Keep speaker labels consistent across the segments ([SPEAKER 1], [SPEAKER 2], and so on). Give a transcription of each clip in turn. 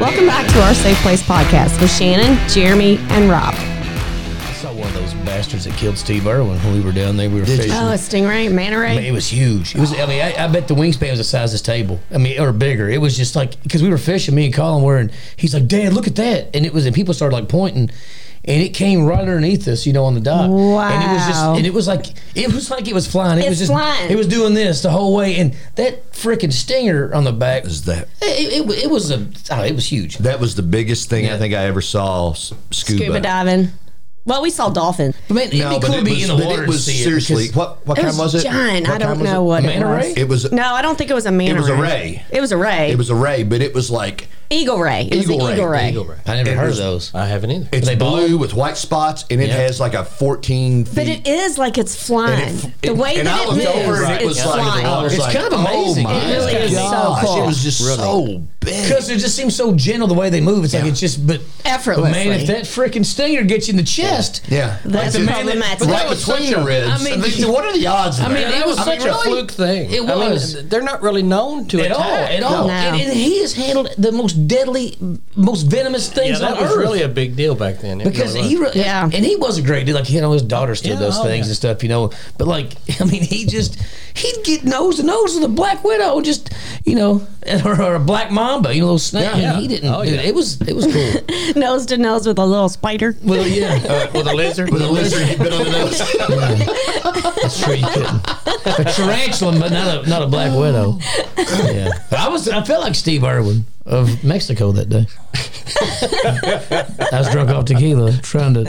[SPEAKER 1] Welcome back to our Safe Place podcast with Shannon, Jeremy, and Rob.
[SPEAKER 2] I saw one of those bastards that killed Steve Irwin when we were down there. We were fishing.
[SPEAKER 1] Oh, a stingray, manta
[SPEAKER 2] I mean,
[SPEAKER 1] ray.
[SPEAKER 2] it was huge. It was. I mean, I, I bet the wingspan was the size of this table. I mean, or bigger. It was just like because we were fishing. Me and Colin were, and he's like, "Dad, look at that!" And it was, and people started like pointing, and it came right underneath us, you know, on the dock. And it was just,
[SPEAKER 1] Wow.
[SPEAKER 2] and it was like, it was like it was flying. It
[SPEAKER 1] It's
[SPEAKER 2] was just,
[SPEAKER 1] flying.
[SPEAKER 2] it was doing this the whole way, and that freaking stinger on the back.
[SPEAKER 3] Is that
[SPEAKER 2] It, it, it was a. Oh, it was huge.
[SPEAKER 3] that was the biggest thing I
[SPEAKER 2] Yeah.
[SPEAKER 3] think I ever saw s- scuba.
[SPEAKER 1] Scuba diving. Well, we saw dolphins.
[SPEAKER 2] But man, it'd
[SPEAKER 3] No,
[SPEAKER 2] be
[SPEAKER 3] but
[SPEAKER 2] cool to
[SPEAKER 3] it
[SPEAKER 2] be
[SPEAKER 3] was,
[SPEAKER 2] in the
[SPEAKER 3] but
[SPEAKER 2] water
[SPEAKER 3] it was
[SPEAKER 2] and see
[SPEAKER 3] seriously
[SPEAKER 2] it. because-
[SPEAKER 3] what what
[SPEAKER 1] It
[SPEAKER 3] time
[SPEAKER 1] was,
[SPEAKER 3] was it?
[SPEAKER 1] giant. I
[SPEAKER 3] What time
[SPEAKER 1] don't
[SPEAKER 3] was
[SPEAKER 1] know what it
[SPEAKER 2] Manta
[SPEAKER 1] was.
[SPEAKER 2] ray?
[SPEAKER 3] It was
[SPEAKER 1] No, I don't think it was a manta
[SPEAKER 3] It was a
[SPEAKER 1] ray.
[SPEAKER 3] ray.
[SPEAKER 1] It was a ray.
[SPEAKER 3] it was a ray, but it was like
[SPEAKER 1] eagle ray. It
[SPEAKER 3] Eagle
[SPEAKER 1] was an
[SPEAKER 3] ray.
[SPEAKER 1] eagle ray.
[SPEAKER 4] Eagle Ray.
[SPEAKER 2] I never
[SPEAKER 3] It
[SPEAKER 2] heard
[SPEAKER 3] was-
[SPEAKER 2] of those.
[SPEAKER 4] I haven't either.
[SPEAKER 3] it's
[SPEAKER 2] they bald?
[SPEAKER 3] blue with white spots, and it
[SPEAKER 2] Yeah.
[SPEAKER 3] has like a fourteen. Feet.
[SPEAKER 1] But it is like it's flying.
[SPEAKER 3] And it-
[SPEAKER 1] the
[SPEAKER 3] it-
[SPEAKER 1] way
[SPEAKER 3] and
[SPEAKER 1] that
[SPEAKER 3] I
[SPEAKER 1] it
[SPEAKER 3] looked
[SPEAKER 1] moves,
[SPEAKER 3] over and it
[SPEAKER 1] it's
[SPEAKER 3] was like,
[SPEAKER 1] flying.
[SPEAKER 3] I was
[SPEAKER 2] It's
[SPEAKER 3] like,
[SPEAKER 2] kind of amazing.
[SPEAKER 3] Oh my
[SPEAKER 2] It really is so
[SPEAKER 3] gosh,
[SPEAKER 1] cool.
[SPEAKER 3] It was just
[SPEAKER 4] Really.
[SPEAKER 3] so big.
[SPEAKER 2] Because it just seems so gentle the way they move. It's like it's just, but
[SPEAKER 1] Effortlessly.
[SPEAKER 2] But man, if that freaking stinger gets you in the chest,
[SPEAKER 3] Yeah,
[SPEAKER 1] That's
[SPEAKER 3] Like,
[SPEAKER 1] problematic.
[SPEAKER 3] Right
[SPEAKER 1] That was
[SPEAKER 3] between your ribs.
[SPEAKER 2] I mean,
[SPEAKER 3] Like, what are the odds? Of
[SPEAKER 2] I mean,
[SPEAKER 3] that?
[SPEAKER 2] it was
[SPEAKER 4] I mean,
[SPEAKER 2] such a
[SPEAKER 4] really?
[SPEAKER 2] fluke thing.
[SPEAKER 4] It
[SPEAKER 2] I mean,
[SPEAKER 4] was. they're not really known to
[SPEAKER 2] at all,
[SPEAKER 4] attack.
[SPEAKER 2] at all.
[SPEAKER 1] No.
[SPEAKER 2] And, and he has handled the most deadly, most venomous
[SPEAKER 4] Yeah,
[SPEAKER 2] things
[SPEAKER 4] that
[SPEAKER 2] on
[SPEAKER 4] was
[SPEAKER 2] earth.
[SPEAKER 4] really a big deal back then. It
[SPEAKER 2] because
[SPEAKER 4] really
[SPEAKER 2] he,
[SPEAKER 4] was.
[SPEAKER 2] re-
[SPEAKER 1] Yeah.
[SPEAKER 2] and he was a great dude. Like you know, his daughter still
[SPEAKER 4] Yeah,
[SPEAKER 2] does
[SPEAKER 4] oh,
[SPEAKER 2] things
[SPEAKER 4] yeah.
[SPEAKER 2] and stuff, you know. But like, I mean, he just he'd get nose to nose with a black widow, just you know, or, or a black mamba, you know, little snake.
[SPEAKER 4] Yeah.
[SPEAKER 2] And he didn't.
[SPEAKER 4] Oh,
[SPEAKER 2] dude,
[SPEAKER 4] yeah.
[SPEAKER 2] It was it was cool.
[SPEAKER 1] nose to nose with a little spider.
[SPEAKER 2] well, yeah.
[SPEAKER 4] Uh, with a lizard.
[SPEAKER 3] With a lizard, he'd been on the nose.
[SPEAKER 2] That's true. You couldn't. A tarantula, but not a not a black widow. Yeah, I was. I felt like Steve Irwin of Mexico that day. I was drunk off tequila, trying to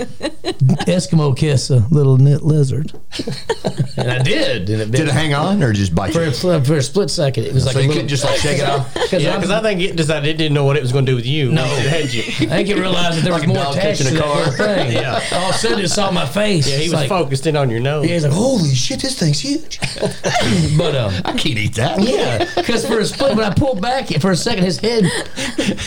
[SPEAKER 2] Eskimo kiss a little knit lizard, and I did. And it
[SPEAKER 3] Did it hang on or just bite
[SPEAKER 2] for, a,
[SPEAKER 3] you?
[SPEAKER 2] fl- for a split second. It was like
[SPEAKER 3] So
[SPEAKER 2] a
[SPEAKER 3] you
[SPEAKER 2] little-
[SPEAKER 3] couldn't just like shake it off?
[SPEAKER 2] because
[SPEAKER 4] Yeah, because I think it decided it didn't know what it was going to do with you. No, had you.
[SPEAKER 2] I think it realized that there was
[SPEAKER 3] Like a
[SPEAKER 2] more
[SPEAKER 3] dog
[SPEAKER 2] attached to
[SPEAKER 3] catching a
[SPEAKER 2] that whole
[SPEAKER 3] car.
[SPEAKER 2] thing.
[SPEAKER 4] Yeah.
[SPEAKER 2] All of a sudden, it saw my face.
[SPEAKER 4] Yeah, he
[SPEAKER 2] It's
[SPEAKER 4] was
[SPEAKER 2] like,
[SPEAKER 4] focused in on your nose.
[SPEAKER 2] Yeah, he's like, holy shit, this thing's huge. but um,
[SPEAKER 3] I can't eat that.
[SPEAKER 2] Yeah, because for a split, when I pulled back for a second, his head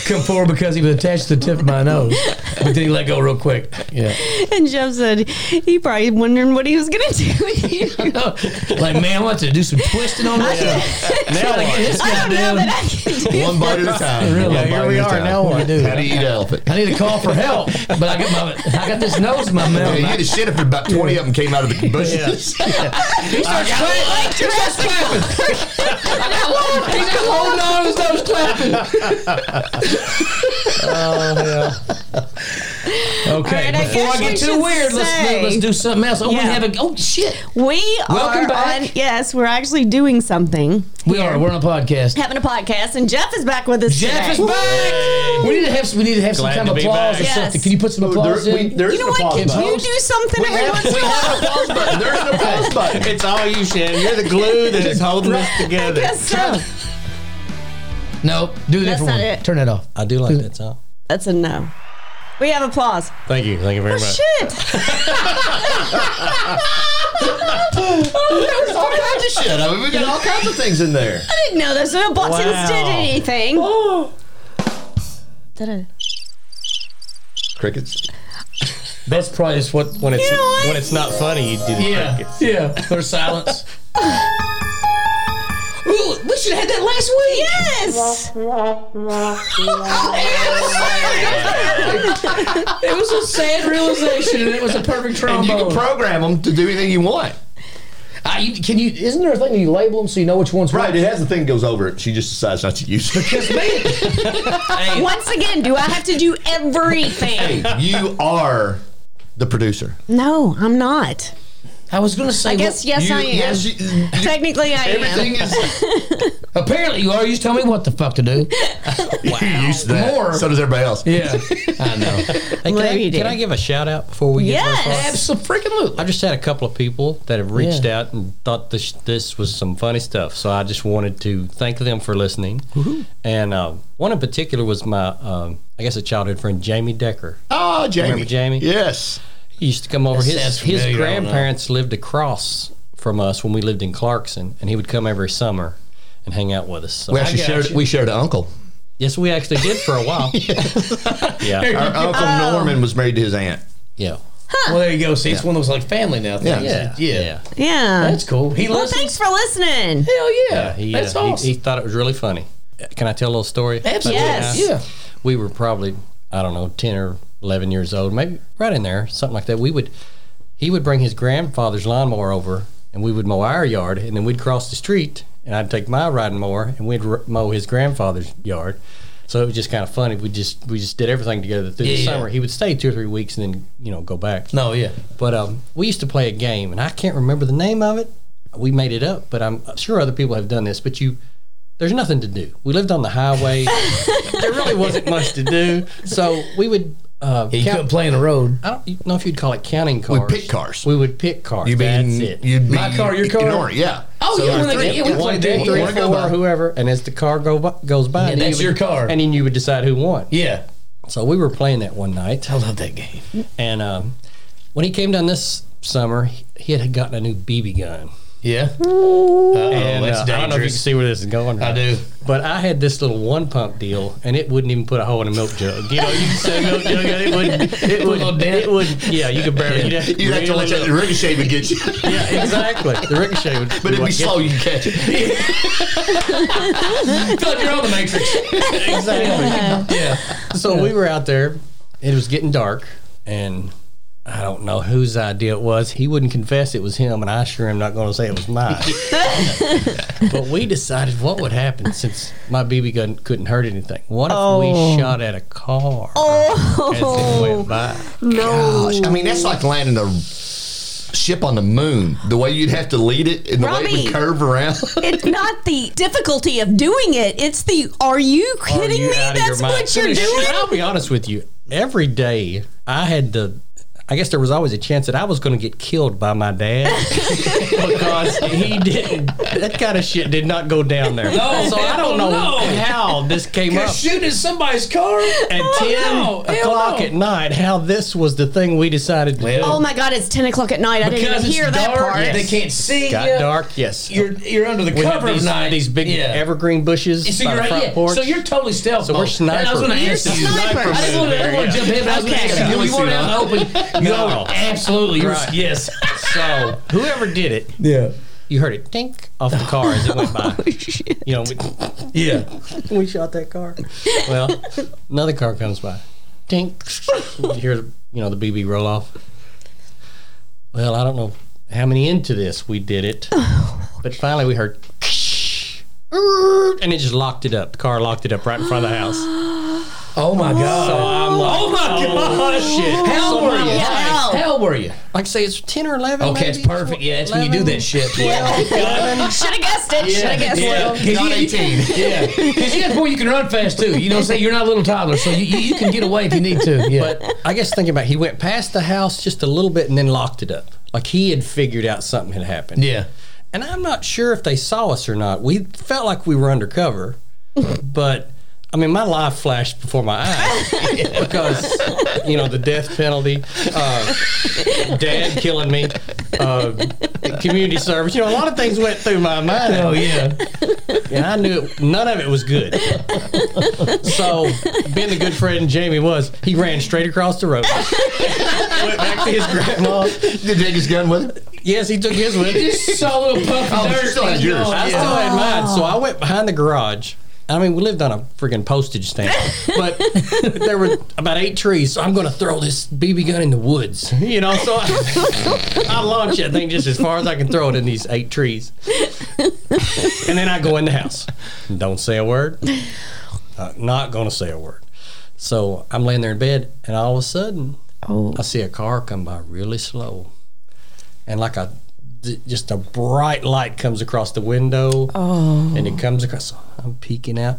[SPEAKER 2] come forward because he was attached to the tip of my nose, but then he let go real quick. Yeah,
[SPEAKER 1] And Jeff said he probably wondering what he was gonna do with you.
[SPEAKER 2] like man, I want to do some twisting on this. Trying
[SPEAKER 4] Now
[SPEAKER 2] to get
[SPEAKER 4] what?
[SPEAKER 2] this
[SPEAKER 1] I
[SPEAKER 2] guy
[SPEAKER 1] don't know
[SPEAKER 2] down.
[SPEAKER 1] that I can do
[SPEAKER 3] One bite at a time.
[SPEAKER 2] Really?
[SPEAKER 3] One
[SPEAKER 2] Yeah,
[SPEAKER 3] bite
[SPEAKER 4] here we
[SPEAKER 3] at a
[SPEAKER 4] are,
[SPEAKER 3] time.
[SPEAKER 4] now what?
[SPEAKER 3] How do you eat an elephant?
[SPEAKER 2] I need to call for help, but I got my I got this nose in my
[SPEAKER 3] Yeah,
[SPEAKER 2] mouth.
[SPEAKER 3] you had a shit if about 20 of them came out of the bushes.
[SPEAKER 2] He starts clapping. Like he starts clapping. I got one. He's just holding on to his nose clapping. Oh, Okay,
[SPEAKER 1] All right, I
[SPEAKER 2] before I,
[SPEAKER 1] guess we
[SPEAKER 2] get too
[SPEAKER 1] should
[SPEAKER 2] weird, let's
[SPEAKER 1] say-
[SPEAKER 2] do, let's do something else. Oh, we
[SPEAKER 1] Yeah.
[SPEAKER 2] have a oh shit.
[SPEAKER 1] We
[SPEAKER 2] Welcome
[SPEAKER 1] are
[SPEAKER 2] back.
[SPEAKER 1] on. Yes, we're actually doing something.
[SPEAKER 2] We are. We're on a podcast.
[SPEAKER 1] Having a podcast, and Jeff is back with us.
[SPEAKER 2] Jeff is
[SPEAKER 1] today.
[SPEAKER 2] back. We need to have some, we need to have
[SPEAKER 4] Glad
[SPEAKER 2] some kind
[SPEAKER 4] to
[SPEAKER 2] of
[SPEAKER 4] be
[SPEAKER 2] applause
[SPEAKER 4] back.
[SPEAKER 2] or
[SPEAKER 1] Yes.
[SPEAKER 2] something. Can you put some applause in?
[SPEAKER 1] You know what? Can you do something every once in a while?
[SPEAKER 3] Applause button. There's an applause button.
[SPEAKER 4] It's all you, Shannon. You're the glue that is holding us together.
[SPEAKER 1] Yes, sir.
[SPEAKER 2] no, do a
[SPEAKER 1] That's not
[SPEAKER 2] different one.
[SPEAKER 1] it.
[SPEAKER 2] Turn that off.
[SPEAKER 4] I do like that song.
[SPEAKER 1] That's a no. We have applause.
[SPEAKER 4] Thank you. Thank you very much.
[SPEAKER 1] Shit.
[SPEAKER 3] There's all kinds of shit. I mean, we got all kinds of things in there.
[SPEAKER 1] I didn't know those little buttons
[SPEAKER 4] Wow.
[SPEAKER 1] did anything. Did I-
[SPEAKER 3] Crickets.
[SPEAKER 2] That's probably just what.
[SPEAKER 4] When it's
[SPEAKER 1] You know what?
[SPEAKER 4] when it's not funny, you do the
[SPEAKER 2] Yeah,
[SPEAKER 4] crickets.
[SPEAKER 2] yeah. Or silence. Ooh, we should have had that last week.
[SPEAKER 1] Yes.
[SPEAKER 2] It was a sad realization, and it was a perfect
[SPEAKER 3] And you can
[SPEAKER 2] trombone.
[SPEAKER 3] program them to do anything you want.
[SPEAKER 2] Ah, you- can you? Isn't there a thing that you label them so you know which one's
[SPEAKER 3] Right, it has the thing that goes over it. She just decides not to use it.
[SPEAKER 2] Because man, Hey,
[SPEAKER 1] Once again, do I have to do everything?
[SPEAKER 3] you are the producer.
[SPEAKER 1] No, I'm not.
[SPEAKER 2] I was going to say.
[SPEAKER 1] I guess yes,
[SPEAKER 3] you,
[SPEAKER 1] I am.
[SPEAKER 3] Yes, you, you-
[SPEAKER 1] Technically, I
[SPEAKER 3] everything
[SPEAKER 1] am.
[SPEAKER 3] is.
[SPEAKER 2] Apparently, you are. You just tell me what the fuck to do.
[SPEAKER 3] You're used to that.
[SPEAKER 2] More.
[SPEAKER 3] So does everybody else.
[SPEAKER 2] Yeah, I know.
[SPEAKER 4] Hey, can,
[SPEAKER 1] Well, you
[SPEAKER 4] I,
[SPEAKER 1] did.
[SPEAKER 4] can I give a shout out before we get
[SPEAKER 1] Yes.
[SPEAKER 4] this far?
[SPEAKER 2] Absolutely.
[SPEAKER 4] I just had a couple of people that have reached
[SPEAKER 2] Yeah.
[SPEAKER 4] out and thought this this was some funny stuff. So I just wanted to thank them for listening. And uh, one in particular was my, um, I guess, a childhood friend, Jamie Decker.
[SPEAKER 3] Oh, Jamie.
[SPEAKER 4] Remember Jamie?
[SPEAKER 3] Yes.
[SPEAKER 4] He used to come over.
[SPEAKER 2] That sounds
[SPEAKER 4] His his
[SPEAKER 2] familiar, I don't know.
[SPEAKER 4] grandparents lived across from us when we lived in Clarkson, and he would come every summer and hang out with us. So
[SPEAKER 3] We actually
[SPEAKER 2] got
[SPEAKER 3] shared.
[SPEAKER 2] you.
[SPEAKER 3] We shared an uncle.
[SPEAKER 4] yes, we actually did for a while. yeah,
[SPEAKER 3] Our
[SPEAKER 2] Oh.
[SPEAKER 3] uncle Norman was married to his aunt.
[SPEAKER 4] yeah,
[SPEAKER 2] Well, there you go. See, it's one of those like family now things.
[SPEAKER 4] yeah,
[SPEAKER 2] yeah.
[SPEAKER 1] Yeah.
[SPEAKER 2] That's cool. He
[SPEAKER 1] Well,
[SPEAKER 2] listens.
[SPEAKER 1] thanks for listening.
[SPEAKER 2] Hell yeah.
[SPEAKER 4] He, uh,
[SPEAKER 2] That's
[SPEAKER 4] he-
[SPEAKER 2] awesome.
[SPEAKER 4] he, thought it was really funny. Can I tell a little story?
[SPEAKER 2] Absolutely.
[SPEAKER 1] Yes.
[SPEAKER 2] Yeah.
[SPEAKER 4] we were probably I don't know ten or eleven years old, maybe right in there, something like that. We would he would bring his grandfather's lawnmower over, and we would mow our yard, and then we'd cross the street, and I'd take my riding mower, and we'd r- mow his grandfather's yard. So it was just kind of funny. We just we just did everything together through the
[SPEAKER 2] Yeah, yeah.
[SPEAKER 4] summer. He would stay two or three weeks and then you know go back.
[SPEAKER 2] No, yeah.
[SPEAKER 4] But um, we used to play a game, and I can't remember the name of it. We made it up, but I'm sure other people have done this. But you, there's nothing to do. We lived on the highway. there really wasn't much to do, so we would. Uh,
[SPEAKER 2] You
[SPEAKER 4] count,
[SPEAKER 2] couldn't play in the road.
[SPEAKER 4] I don't know if you'd call it counting cars.
[SPEAKER 3] pick cars.
[SPEAKER 4] We would pick cars.
[SPEAKER 3] You
[SPEAKER 4] That's
[SPEAKER 3] mean
[SPEAKER 4] it.
[SPEAKER 3] you'd be
[SPEAKER 2] My car, your car?
[SPEAKER 3] ignoring- yeah.
[SPEAKER 2] Oh, yeah,
[SPEAKER 3] there's
[SPEAKER 2] when they-
[SPEAKER 3] three-
[SPEAKER 2] yeah, we
[SPEAKER 3] one,
[SPEAKER 2] played
[SPEAKER 3] two,
[SPEAKER 2] that.
[SPEAKER 4] One,
[SPEAKER 3] three,
[SPEAKER 4] three,
[SPEAKER 2] Yeah,
[SPEAKER 3] one go by.
[SPEAKER 4] four, whoever, and as the car go by, goes by,
[SPEAKER 2] Yeah,
[SPEAKER 4] then you
[SPEAKER 2] that's
[SPEAKER 4] would-
[SPEAKER 2] your car.
[SPEAKER 4] and then you would decide who won.
[SPEAKER 2] Yeah.
[SPEAKER 4] So we were playing that one night.
[SPEAKER 2] I love that game.
[SPEAKER 4] And um, when he came down this summer, he, he had gotten a new BB gun.
[SPEAKER 2] Yeah. Oh,
[SPEAKER 4] And,
[SPEAKER 2] that's
[SPEAKER 4] uh,
[SPEAKER 2] dangerous.
[SPEAKER 4] I don't know if you can see where this is going. or
[SPEAKER 2] I
[SPEAKER 4] not.
[SPEAKER 2] do.
[SPEAKER 4] But I had this little one pump deal, and it wouldn't even put a hole in a milk jug. You know, you could set a milk jug, and it wouldn't. It
[SPEAKER 2] little
[SPEAKER 4] would.
[SPEAKER 2] dent.
[SPEAKER 4] It would. Yeah, you could barely. You'd have to,
[SPEAKER 3] You'd have to
[SPEAKER 4] reel
[SPEAKER 3] let
[SPEAKER 4] it
[SPEAKER 3] that
[SPEAKER 4] up.
[SPEAKER 3] the ricochet would get you, but
[SPEAKER 4] Yeah, exactly. The ricochet would.
[SPEAKER 3] it'd be
[SPEAKER 4] like-
[SPEAKER 3] slow. You can catch it.
[SPEAKER 2] feel like you're on the Matrix.
[SPEAKER 4] Exactly.
[SPEAKER 2] yeah.
[SPEAKER 4] So we were out there. It was getting dark, and I don't know whose idea it was. He wouldn't confess it was him, and I sure am not going to say it was mine. but we decided what would happen since my BB gun couldn't hurt anything. What if
[SPEAKER 1] Oh.
[SPEAKER 4] we shot at a car as it
[SPEAKER 1] Oh
[SPEAKER 4] went by?
[SPEAKER 1] no!
[SPEAKER 3] Gosh, I mean, that's like landing a ship on the moon. The way you'd have to lead it, and the way it
[SPEAKER 1] Robbie.
[SPEAKER 3] would curve around.
[SPEAKER 1] It's not the difficulty of doing it; it's the "Are you
[SPEAKER 4] Are
[SPEAKER 1] kidding
[SPEAKER 4] you
[SPEAKER 1] me?
[SPEAKER 4] out of your
[SPEAKER 1] That's
[SPEAKER 4] mind?
[SPEAKER 1] what you're
[SPEAKER 4] Seriously,
[SPEAKER 1] doing."
[SPEAKER 4] I'll be honest with you. Every day, I had the. I guess there was always a chance that I was going to get killed by my dad because he didn't. That kind of shit did not go down there.
[SPEAKER 2] No,
[SPEAKER 4] Oh, so I don't know
[SPEAKER 2] Oh, no.
[SPEAKER 4] how this came
[SPEAKER 2] You're
[SPEAKER 4] up
[SPEAKER 2] shooting at somebody's car.
[SPEAKER 4] at
[SPEAKER 2] no.
[SPEAKER 4] ten
[SPEAKER 2] Hell
[SPEAKER 4] o'clock
[SPEAKER 2] no.
[SPEAKER 4] at night. How this was the thing we decided to do.
[SPEAKER 1] Oh my God! It's ten o'clock at night. I didn't even
[SPEAKER 2] Because it's
[SPEAKER 1] hear that
[SPEAKER 2] dark,
[SPEAKER 1] part.
[SPEAKER 2] they can't see
[SPEAKER 4] Got
[SPEAKER 2] you.
[SPEAKER 4] dark. Yes.
[SPEAKER 2] You're you're under the
[SPEAKER 4] we have
[SPEAKER 2] cover
[SPEAKER 4] these,
[SPEAKER 2] of night.
[SPEAKER 4] these big
[SPEAKER 2] Yeah.
[SPEAKER 4] evergreen bushes
[SPEAKER 2] So
[SPEAKER 4] by
[SPEAKER 2] you're,
[SPEAKER 4] the front
[SPEAKER 2] yeah,
[SPEAKER 4] porch.
[SPEAKER 2] so you're totally stealth.
[SPEAKER 4] So we're
[SPEAKER 2] mode. And I was going to ask
[SPEAKER 4] snipers.
[SPEAKER 2] you.
[SPEAKER 1] You're snipers.
[SPEAKER 2] I didn't want to, I didn't want to jump in, but I was going to
[SPEAKER 1] Okay.
[SPEAKER 2] ask you. You weren't out in the open. You
[SPEAKER 4] No.
[SPEAKER 2] were- absolutely. You're,
[SPEAKER 4] Right.
[SPEAKER 2] Yes.
[SPEAKER 4] so whoever did it,
[SPEAKER 2] Yeah.
[SPEAKER 4] you heard it dink off the car as it went by. You know, we,
[SPEAKER 2] Yeah.
[SPEAKER 4] we shot that car. Well, another car comes by. Tink. You hear, the- you know, the BB roll off. Well, I don't know how many into this we did it, but finally we heard, and it just locked it up. The car locked it up right in front of the house.
[SPEAKER 2] Oh my god.
[SPEAKER 4] I'm like,
[SPEAKER 2] oh my gosh.
[SPEAKER 4] shit.
[SPEAKER 2] How old were you?
[SPEAKER 1] Yeah, hell.
[SPEAKER 2] How old were you?
[SPEAKER 4] Like I say, it's ten or eleven.
[SPEAKER 2] Okay, it's
[SPEAKER 4] maybe?
[SPEAKER 2] perfect. Yeah, that's when you do that shit. Yeah.
[SPEAKER 1] Should have guessed it. Should have guessed
[SPEAKER 2] Yeah.
[SPEAKER 1] it.
[SPEAKER 2] 'Cause
[SPEAKER 3] Not
[SPEAKER 2] you-
[SPEAKER 3] 18.
[SPEAKER 2] Yeah, because you boy, you can run fast too. You know, say you're not a little toddler, so you, you, you can get away if you need to. Yeah,
[SPEAKER 4] But I guess thinking about, it, he went past the house just a little bit and then locked it up. Like he had figured out something had happened.
[SPEAKER 2] yeah.
[SPEAKER 4] And I'm not sure if they saw us or not. We felt like we were undercover, but I mean, my life flashed before my eyes because you know the death penalty, uh, dad killing me, uh, community service. You know, a lot of things went through my mind.
[SPEAKER 2] Oh yeah.
[SPEAKER 4] And I knew it, none of it was good. so, being the good friend Jamie was, he ran straight across the road. Went back to his grandma.
[SPEAKER 3] Did you take his gun with him?
[SPEAKER 4] Yes, he took his with him.
[SPEAKER 2] Saw a little puff of
[SPEAKER 3] Oh,
[SPEAKER 2] dirt.
[SPEAKER 3] you still had
[SPEAKER 2] Keep
[SPEAKER 3] yours.
[SPEAKER 2] going.
[SPEAKER 4] I still had mine. So I went behind the garage. I mean, we lived on a freaking postage stamp, but there were about eight trees. So I'm going to throw this BB gun in the woods, you know. So I, I launch that thing just as far as I can throw it in these eight trees, and then I go in the house. Don't say a word. Uh, not going to say a word. So I'm laying there in bed, and all of a sudden,
[SPEAKER 1] Oh.
[SPEAKER 4] I see a car come by really slow, and like a th- just a bright light comes across the window,
[SPEAKER 2] Oh.
[SPEAKER 4] and it comes across. So I'm peeking out,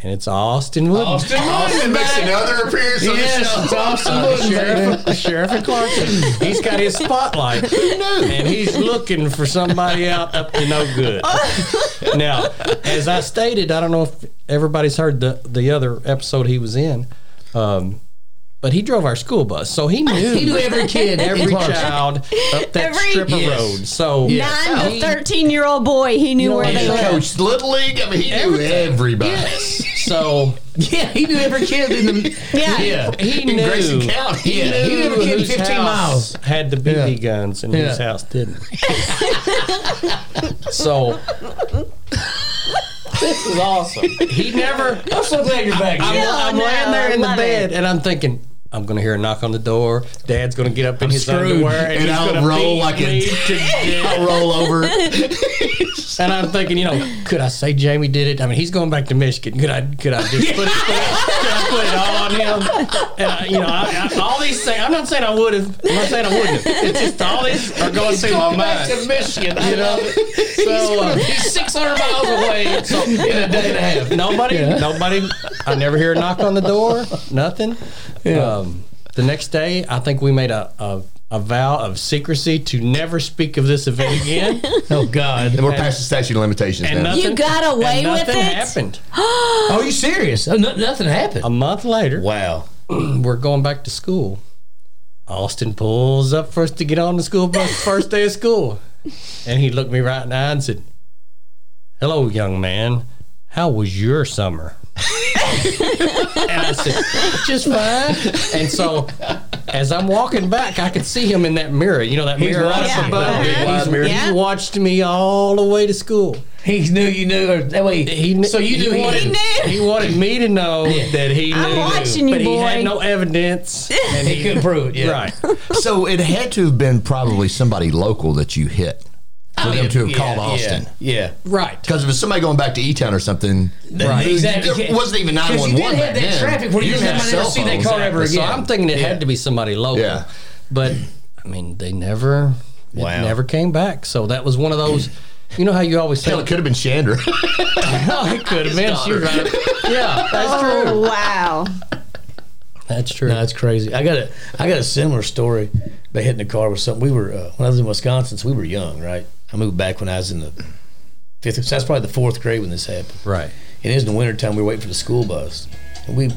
[SPEAKER 4] and it's Austin Wood.
[SPEAKER 2] Austin Martin
[SPEAKER 3] Makes another appearance on the
[SPEAKER 2] Yes,
[SPEAKER 3] show.
[SPEAKER 2] it's Austin
[SPEAKER 4] Uh,
[SPEAKER 2] Wooden, baby.
[SPEAKER 4] Sheriff, Sheriff and Clarkson. He's got his spotlight, and he's looking for somebody out up to no good. Now, as I stated, I don't know if everybody's heard the the other episode he was in, um, but he drove our school bus, so he knew
[SPEAKER 2] He knew every kid,
[SPEAKER 4] every
[SPEAKER 2] every child.
[SPEAKER 4] child up that
[SPEAKER 1] Every-
[SPEAKER 4] strip of
[SPEAKER 2] Yes.
[SPEAKER 4] road. So
[SPEAKER 1] Nine
[SPEAKER 4] He-
[SPEAKER 1] to thirteen year old boy. He knew
[SPEAKER 4] know
[SPEAKER 1] where
[SPEAKER 4] what
[SPEAKER 1] they
[SPEAKER 4] you
[SPEAKER 3] He
[SPEAKER 1] lived.
[SPEAKER 3] coached Little League. I mean, he knew everybody.
[SPEAKER 4] So
[SPEAKER 2] Yeah, he knew every kid in the.
[SPEAKER 1] Yeah.
[SPEAKER 2] yeah.
[SPEAKER 4] he
[SPEAKER 3] In
[SPEAKER 4] knew.
[SPEAKER 3] Grayson County.
[SPEAKER 2] Yeah.
[SPEAKER 4] knew
[SPEAKER 2] He never came
[SPEAKER 4] whose
[SPEAKER 2] 15
[SPEAKER 4] house
[SPEAKER 2] miles.
[SPEAKER 4] Had the BB guns and
[SPEAKER 2] Yeah.
[SPEAKER 4] whose house didn't. so
[SPEAKER 2] This is awesome.
[SPEAKER 4] He never.
[SPEAKER 2] I'm so glad you're back.
[SPEAKER 4] I'm,
[SPEAKER 2] Jim.
[SPEAKER 4] I'm
[SPEAKER 1] no,
[SPEAKER 4] laying there in the
[SPEAKER 1] love
[SPEAKER 4] bed,
[SPEAKER 1] it.
[SPEAKER 4] and I'm thinking, I'm gonna hear a knock on the door. Dad's gonna get up in his
[SPEAKER 2] screwed.
[SPEAKER 4] underwear,
[SPEAKER 3] And
[SPEAKER 4] he's
[SPEAKER 3] I'll
[SPEAKER 4] gonna
[SPEAKER 3] roll
[SPEAKER 4] beat
[SPEAKER 3] like a-
[SPEAKER 4] me to death.
[SPEAKER 3] I'll roll over.
[SPEAKER 4] and I'm thinking, you know, could I say Jamie did it? I mean, he's going back to Michigan. Could I? Could I just put it? Could I put it all on him? And I, you know, I, I, all these things. I'm not saying I would have. I'm not saying I wouldn't. have. It's just all these are going through my
[SPEAKER 2] back to
[SPEAKER 4] mind.
[SPEAKER 2] Michigan.
[SPEAKER 4] You know, so uh,
[SPEAKER 2] He's 600 miles away. So in a day and a half.
[SPEAKER 4] nobody,
[SPEAKER 2] Yeah.
[SPEAKER 4] nobody. I never hear a knock on the door. Nothing. Um, the next day, I think we made a. a a vow of secrecy to never speak of this event again,
[SPEAKER 2] Oh God.
[SPEAKER 3] And we're past the statute of limitations
[SPEAKER 4] and
[SPEAKER 3] now.
[SPEAKER 4] nothing.
[SPEAKER 1] You got away
[SPEAKER 4] and
[SPEAKER 1] with
[SPEAKER 4] nothing
[SPEAKER 1] it?
[SPEAKER 4] happened.
[SPEAKER 2] Oh, you serious? Oh, no, nothing happened.
[SPEAKER 4] A month later,
[SPEAKER 2] wow.
[SPEAKER 4] we're going back to school. Austin pulls up for us to get on the school bus first day of school. And he looked me right in the eye and said, Hello, young man. How was your summer? and I said, Just fine. And so as I'm walking back, I could see him in that mirror. You know, that mirror right
[SPEAKER 1] watching
[SPEAKER 4] up
[SPEAKER 1] you.
[SPEAKER 4] above.
[SPEAKER 1] Yeah.
[SPEAKER 4] He's-
[SPEAKER 1] Mirror. Yeah.
[SPEAKER 4] He watched me all the way to school.
[SPEAKER 2] He knew you knew. Or that way.
[SPEAKER 4] He, kn-
[SPEAKER 2] so you knew.
[SPEAKER 4] he wanted,
[SPEAKER 2] knew.
[SPEAKER 1] knew.
[SPEAKER 4] he wanted me to know that he knew.
[SPEAKER 1] I'm watching you,
[SPEAKER 4] but he
[SPEAKER 1] boy.
[SPEAKER 4] had no evidence.
[SPEAKER 2] And he couldn't prove it. Yeah.
[SPEAKER 4] Right.
[SPEAKER 3] So it had to have been probably somebody local that you hit for them to have
[SPEAKER 2] Oh, Yeah,
[SPEAKER 3] called
[SPEAKER 2] yeah,
[SPEAKER 3] Austin.
[SPEAKER 2] Yeah.
[SPEAKER 4] Right.
[SPEAKER 3] Because if it's somebody going back to E Town or something,
[SPEAKER 2] Right.
[SPEAKER 3] you-
[SPEAKER 2] Exactly.
[SPEAKER 3] There wasn't even nine
[SPEAKER 2] Because
[SPEAKER 3] one
[SPEAKER 2] you
[SPEAKER 3] one
[SPEAKER 2] did have
[SPEAKER 3] back
[SPEAKER 2] that
[SPEAKER 3] then.
[SPEAKER 2] traffic where you
[SPEAKER 3] didn't
[SPEAKER 2] didn't
[SPEAKER 3] have
[SPEAKER 2] have money to
[SPEAKER 3] cell
[SPEAKER 2] see that
[SPEAKER 3] phones.
[SPEAKER 2] car ever
[SPEAKER 4] So
[SPEAKER 2] again.
[SPEAKER 4] I'm thinking it had to be somebody local.
[SPEAKER 3] Yeah.
[SPEAKER 4] But I mean, they never it
[SPEAKER 2] Wow.
[SPEAKER 4] never came back. So that was one of those you know how you always
[SPEAKER 3] Hell,
[SPEAKER 4] tell "Oh,
[SPEAKER 3] it could have been Shander.
[SPEAKER 4] it could have been she was right. Yeah, that's true.
[SPEAKER 1] Oh, wow.
[SPEAKER 4] That's true.
[SPEAKER 2] No, that's crazy. I got a I got a similar story. They hit in the car with something. We were uh, when I was in Wisconsin, so we were young, right? I moved back when I was in the fifth. So that's probably the fourth grade when this happened.
[SPEAKER 4] Right.
[SPEAKER 2] It is in the wintertime. We were waiting for the school bus, and we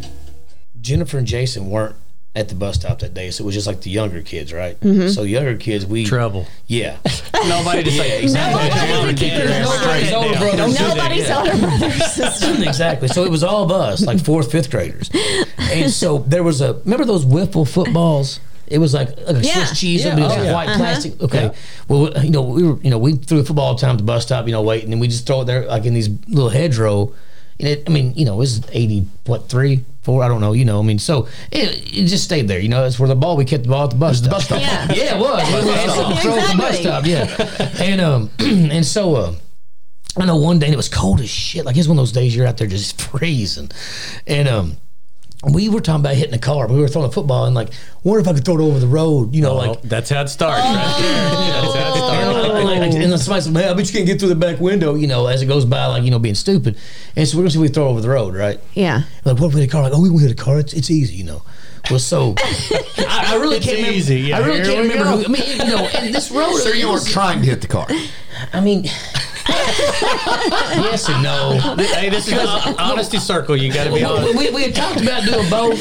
[SPEAKER 2] Jennifer and Jason weren't at the bus stop that day, so it was just like the younger kids, right? So younger kids, we
[SPEAKER 4] Trouble.
[SPEAKER 2] Yeah,
[SPEAKER 4] Nobody to say
[SPEAKER 1] exactly. Nobody
[SPEAKER 4] Nobody
[SPEAKER 1] would
[SPEAKER 4] to
[SPEAKER 1] keep
[SPEAKER 4] get
[SPEAKER 1] it
[SPEAKER 4] their
[SPEAKER 1] alive.
[SPEAKER 4] straight
[SPEAKER 2] Older
[SPEAKER 4] down.
[SPEAKER 2] brothers.
[SPEAKER 4] Don't-
[SPEAKER 2] do that,
[SPEAKER 1] Nobody's
[SPEAKER 2] yeah.
[SPEAKER 1] older brother or sister.
[SPEAKER 2] exactly. So it was all of us, like fourth, fifth graders. And so there was a remember those wiffle footballs. It was like a
[SPEAKER 1] Yeah. Uh-huh.
[SPEAKER 2] Swiss cheese,
[SPEAKER 4] Yeah.
[SPEAKER 2] but it was
[SPEAKER 4] Oh, yeah.
[SPEAKER 2] white plastic. Okay, well, you know, we were, you know, we threw the football all the time at the bus stop, you know, waiting, and we just throw it there like in these little hedgerow. And it, I mean, you know, it was eighty, what three, four, I don't know, you know, I mean, so it, it just stayed there, you know, that's where the ball we kept the ball at the bus stop.
[SPEAKER 3] bus stop.
[SPEAKER 1] Yeah.
[SPEAKER 2] Yeah, it was. It was
[SPEAKER 1] stop.
[SPEAKER 2] the throw at the bus
[SPEAKER 1] Exactly.
[SPEAKER 2] stop. Yeah, and um, and so uh, I know one day and it was cold as shit. Like it's one of those days you're out there just freezing, and um. We were talking about hitting the car. We were throwing a football and like, wonder if I could throw it over the road. You know, like,
[SPEAKER 4] Well, that's how it starts. Right there. Oh. That's how it starts.
[SPEAKER 2] and, like, like, and then somebody said, "Man, I bet you can't get through the back window." You know, as it goes by, like you know, being stupid. And so we're gonna see if we throw over the road, right?
[SPEAKER 1] Yeah.
[SPEAKER 2] Like, what if we hit a car? Like, oh, we won't hit a car. It's, it's easy, you know. Well, so I, I really
[SPEAKER 4] It's
[SPEAKER 2] can't remember.
[SPEAKER 4] easy, yeah.
[SPEAKER 2] I really
[SPEAKER 4] Here
[SPEAKER 2] can't
[SPEAKER 4] we
[SPEAKER 2] remember.
[SPEAKER 4] go.
[SPEAKER 2] Who, I mean, you know, and this road.
[SPEAKER 3] so you were trying to hit the car.
[SPEAKER 2] I mean, yes and
[SPEAKER 1] Oh.
[SPEAKER 2] no.
[SPEAKER 4] Hey, this is an honesty circle. You got to be honest.
[SPEAKER 2] We, we, we had talked about doing both.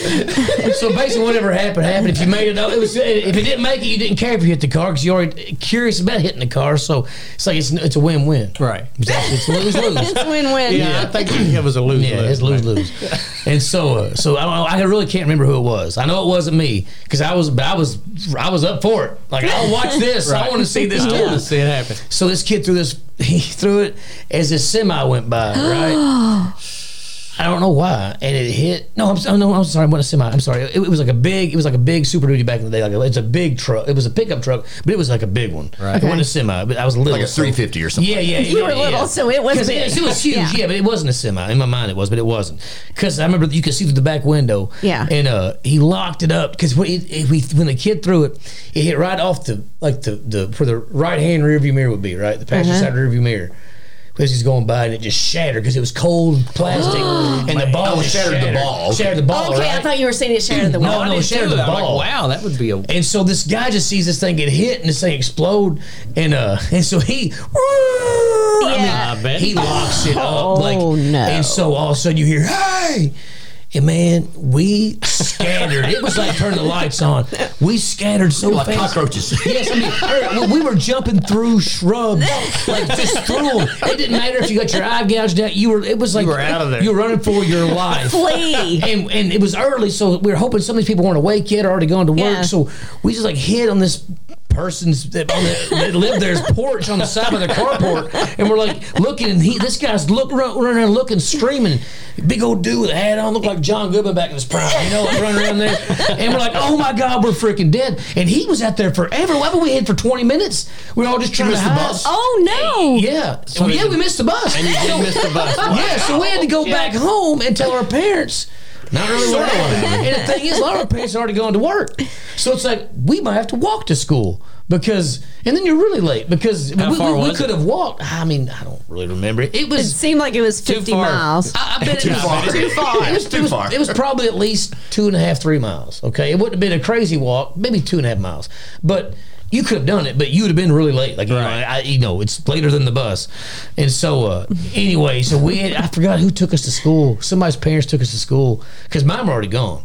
[SPEAKER 2] So basically, whatever happened happened. If you made it, up, it was. If it didn't make it, you didn't care if you hit the car because you're already curious about hitting the car. So it's like it's it's a win win.
[SPEAKER 4] Right.
[SPEAKER 2] It's lose lose.
[SPEAKER 1] It's win win.
[SPEAKER 4] Yeah, I think it was a lose.
[SPEAKER 2] Yeah, it's lose lose. And so, uh, so I don't know. I really can't remember who it was. I know it wasn't me because I was, but I was, I was up for it. Like I'll watch this. I
[SPEAKER 4] Right.
[SPEAKER 2] want to see this.
[SPEAKER 4] I
[SPEAKER 2] too.
[SPEAKER 4] want to see it happen.
[SPEAKER 2] So this kid threw this. He threw it as this semi went by, right? I don't know why, and it hit. No, I'm oh, no, I'm sorry. It wasn't a semi. I'm sorry. It, it was like a big. It was like a big Super Duty back in the day. Like it's a big truck. It was a pickup truck, but it was like a big one. Right. It wasn't a semi, but I was little.
[SPEAKER 3] Like a
[SPEAKER 2] so-
[SPEAKER 3] 350 or something.
[SPEAKER 2] Yeah, yeah.
[SPEAKER 1] You
[SPEAKER 2] yeah,
[SPEAKER 1] were little,
[SPEAKER 2] yeah.
[SPEAKER 1] so it was
[SPEAKER 2] 'Cause
[SPEAKER 1] big.
[SPEAKER 2] It, it was huge.
[SPEAKER 1] Yeah.
[SPEAKER 2] Yeah. but it wasn't a semi. In my mind, it was, but it wasn't. Because I remember you could see through the back window.
[SPEAKER 1] Yeah.
[SPEAKER 2] And uh, he locked it up because when, it- it- we- when the kid threw it, it hit right off the like the the where the right hand rearview mirror would be, right, the passenger
[SPEAKER 1] Uh-huh.
[SPEAKER 2] side rearview mirror. As he's going by, and it just shattered because it was cold plastic, and the ball
[SPEAKER 3] Oh, it
[SPEAKER 2] just
[SPEAKER 3] shattered the ball.
[SPEAKER 2] Shattered the ball.
[SPEAKER 1] Okay, I
[SPEAKER 2] right?
[SPEAKER 1] thought you were saying it shared the
[SPEAKER 2] no,
[SPEAKER 1] world.
[SPEAKER 2] no, it shattered the
[SPEAKER 4] I'm like,
[SPEAKER 2] ball.
[SPEAKER 4] wow, that would be a
[SPEAKER 2] And so this guy just sees this thing get hit and this thing explode. And uh and so he I
[SPEAKER 1] Yeah.
[SPEAKER 2] mean, he locks it up.
[SPEAKER 1] Oh,
[SPEAKER 2] like,
[SPEAKER 1] no.
[SPEAKER 2] And so all of a sudden you hear, hey. And man, we scattered. it was like turning the lights on. We scattered so
[SPEAKER 3] Like
[SPEAKER 2] fast.
[SPEAKER 3] cockroaches.
[SPEAKER 2] Yes, I mean, er, well, we were jumping through shrubs, like just through them. It didn't matter if you got your eye gouged out. You were. It was like
[SPEAKER 4] were out of there.
[SPEAKER 2] You were running for your life
[SPEAKER 1] Flee.
[SPEAKER 2] and and it was early, so we were hoping some of these people weren't awake yet, or already gone to work.
[SPEAKER 1] Yeah.
[SPEAKER 2] So we just like hit on this person's that, on the, that lived there's porch on the side of the carport, and we're like looking, and he, this guy's look run- running around looking, screaming, big old dude with a hat on, look like John Goodman back in his prime, you know, like running around there, and we're like, oh my god, we're freaking dead, and he was out there forever. Why were we hid for twenty minutes? We were all just trying to
[SPEAKER 3] missed the
[SPEAKER 2] hide.
[SPEAKER 3] bus?
[SPEAKER 1] Oh no!
[SPEAKER 2] Yeah, Well, yeah, we missed the bus.
[SPEAKER 4] And you did miss the bus.
[SPEAKER 2] Yeah, so we had to go back home and tell our parents. Not really what happened. And the thing is, a lot of our parents had already gone to work. So it's like, we might have to walk to school because, and then you're really late because
[SPEAKER 4] How
[SPEAKER 2] we,
[SPEAKER 4] far
[SPEAKER 2] we, we
[SPEAKER 4] was
[SPEAKER 2] could
[SPEAKER 4] it?
[SPEAKER 2] have walked. I mean, I don't really remember it. It
[SPEAKER 1] It
[SPEAKER 2] was,
[SPEAKER 1] seemed like it was fifty
[SPEAKER 4] far.
[SPEAKER 1] miles.
[SPEAKER 2] I, I bet
[SPEAKER 3] Too
[SPEAKER 2] it was
[SPEAKER 3] far.
[SPEAKER 2] Too far. It was,
[SPEAKER 3] Too
[SPEAKER 2] it was-
[SPEAKER 3] far.
[SPEAKER 2] It was probably at least two and a half, three miles. Okay. It wouldn't have been a crazy walk, maybe two and a half miles. But you could have done it, but you would have been really late. Like, you, know,
[SPEAKER 4] Right.
[SPEAKER 2] I, you know, it's later than the bus. And so, uh, anyway, so we had, I forgot who took us to school. Somebody's parents took us to school because mine were already gone.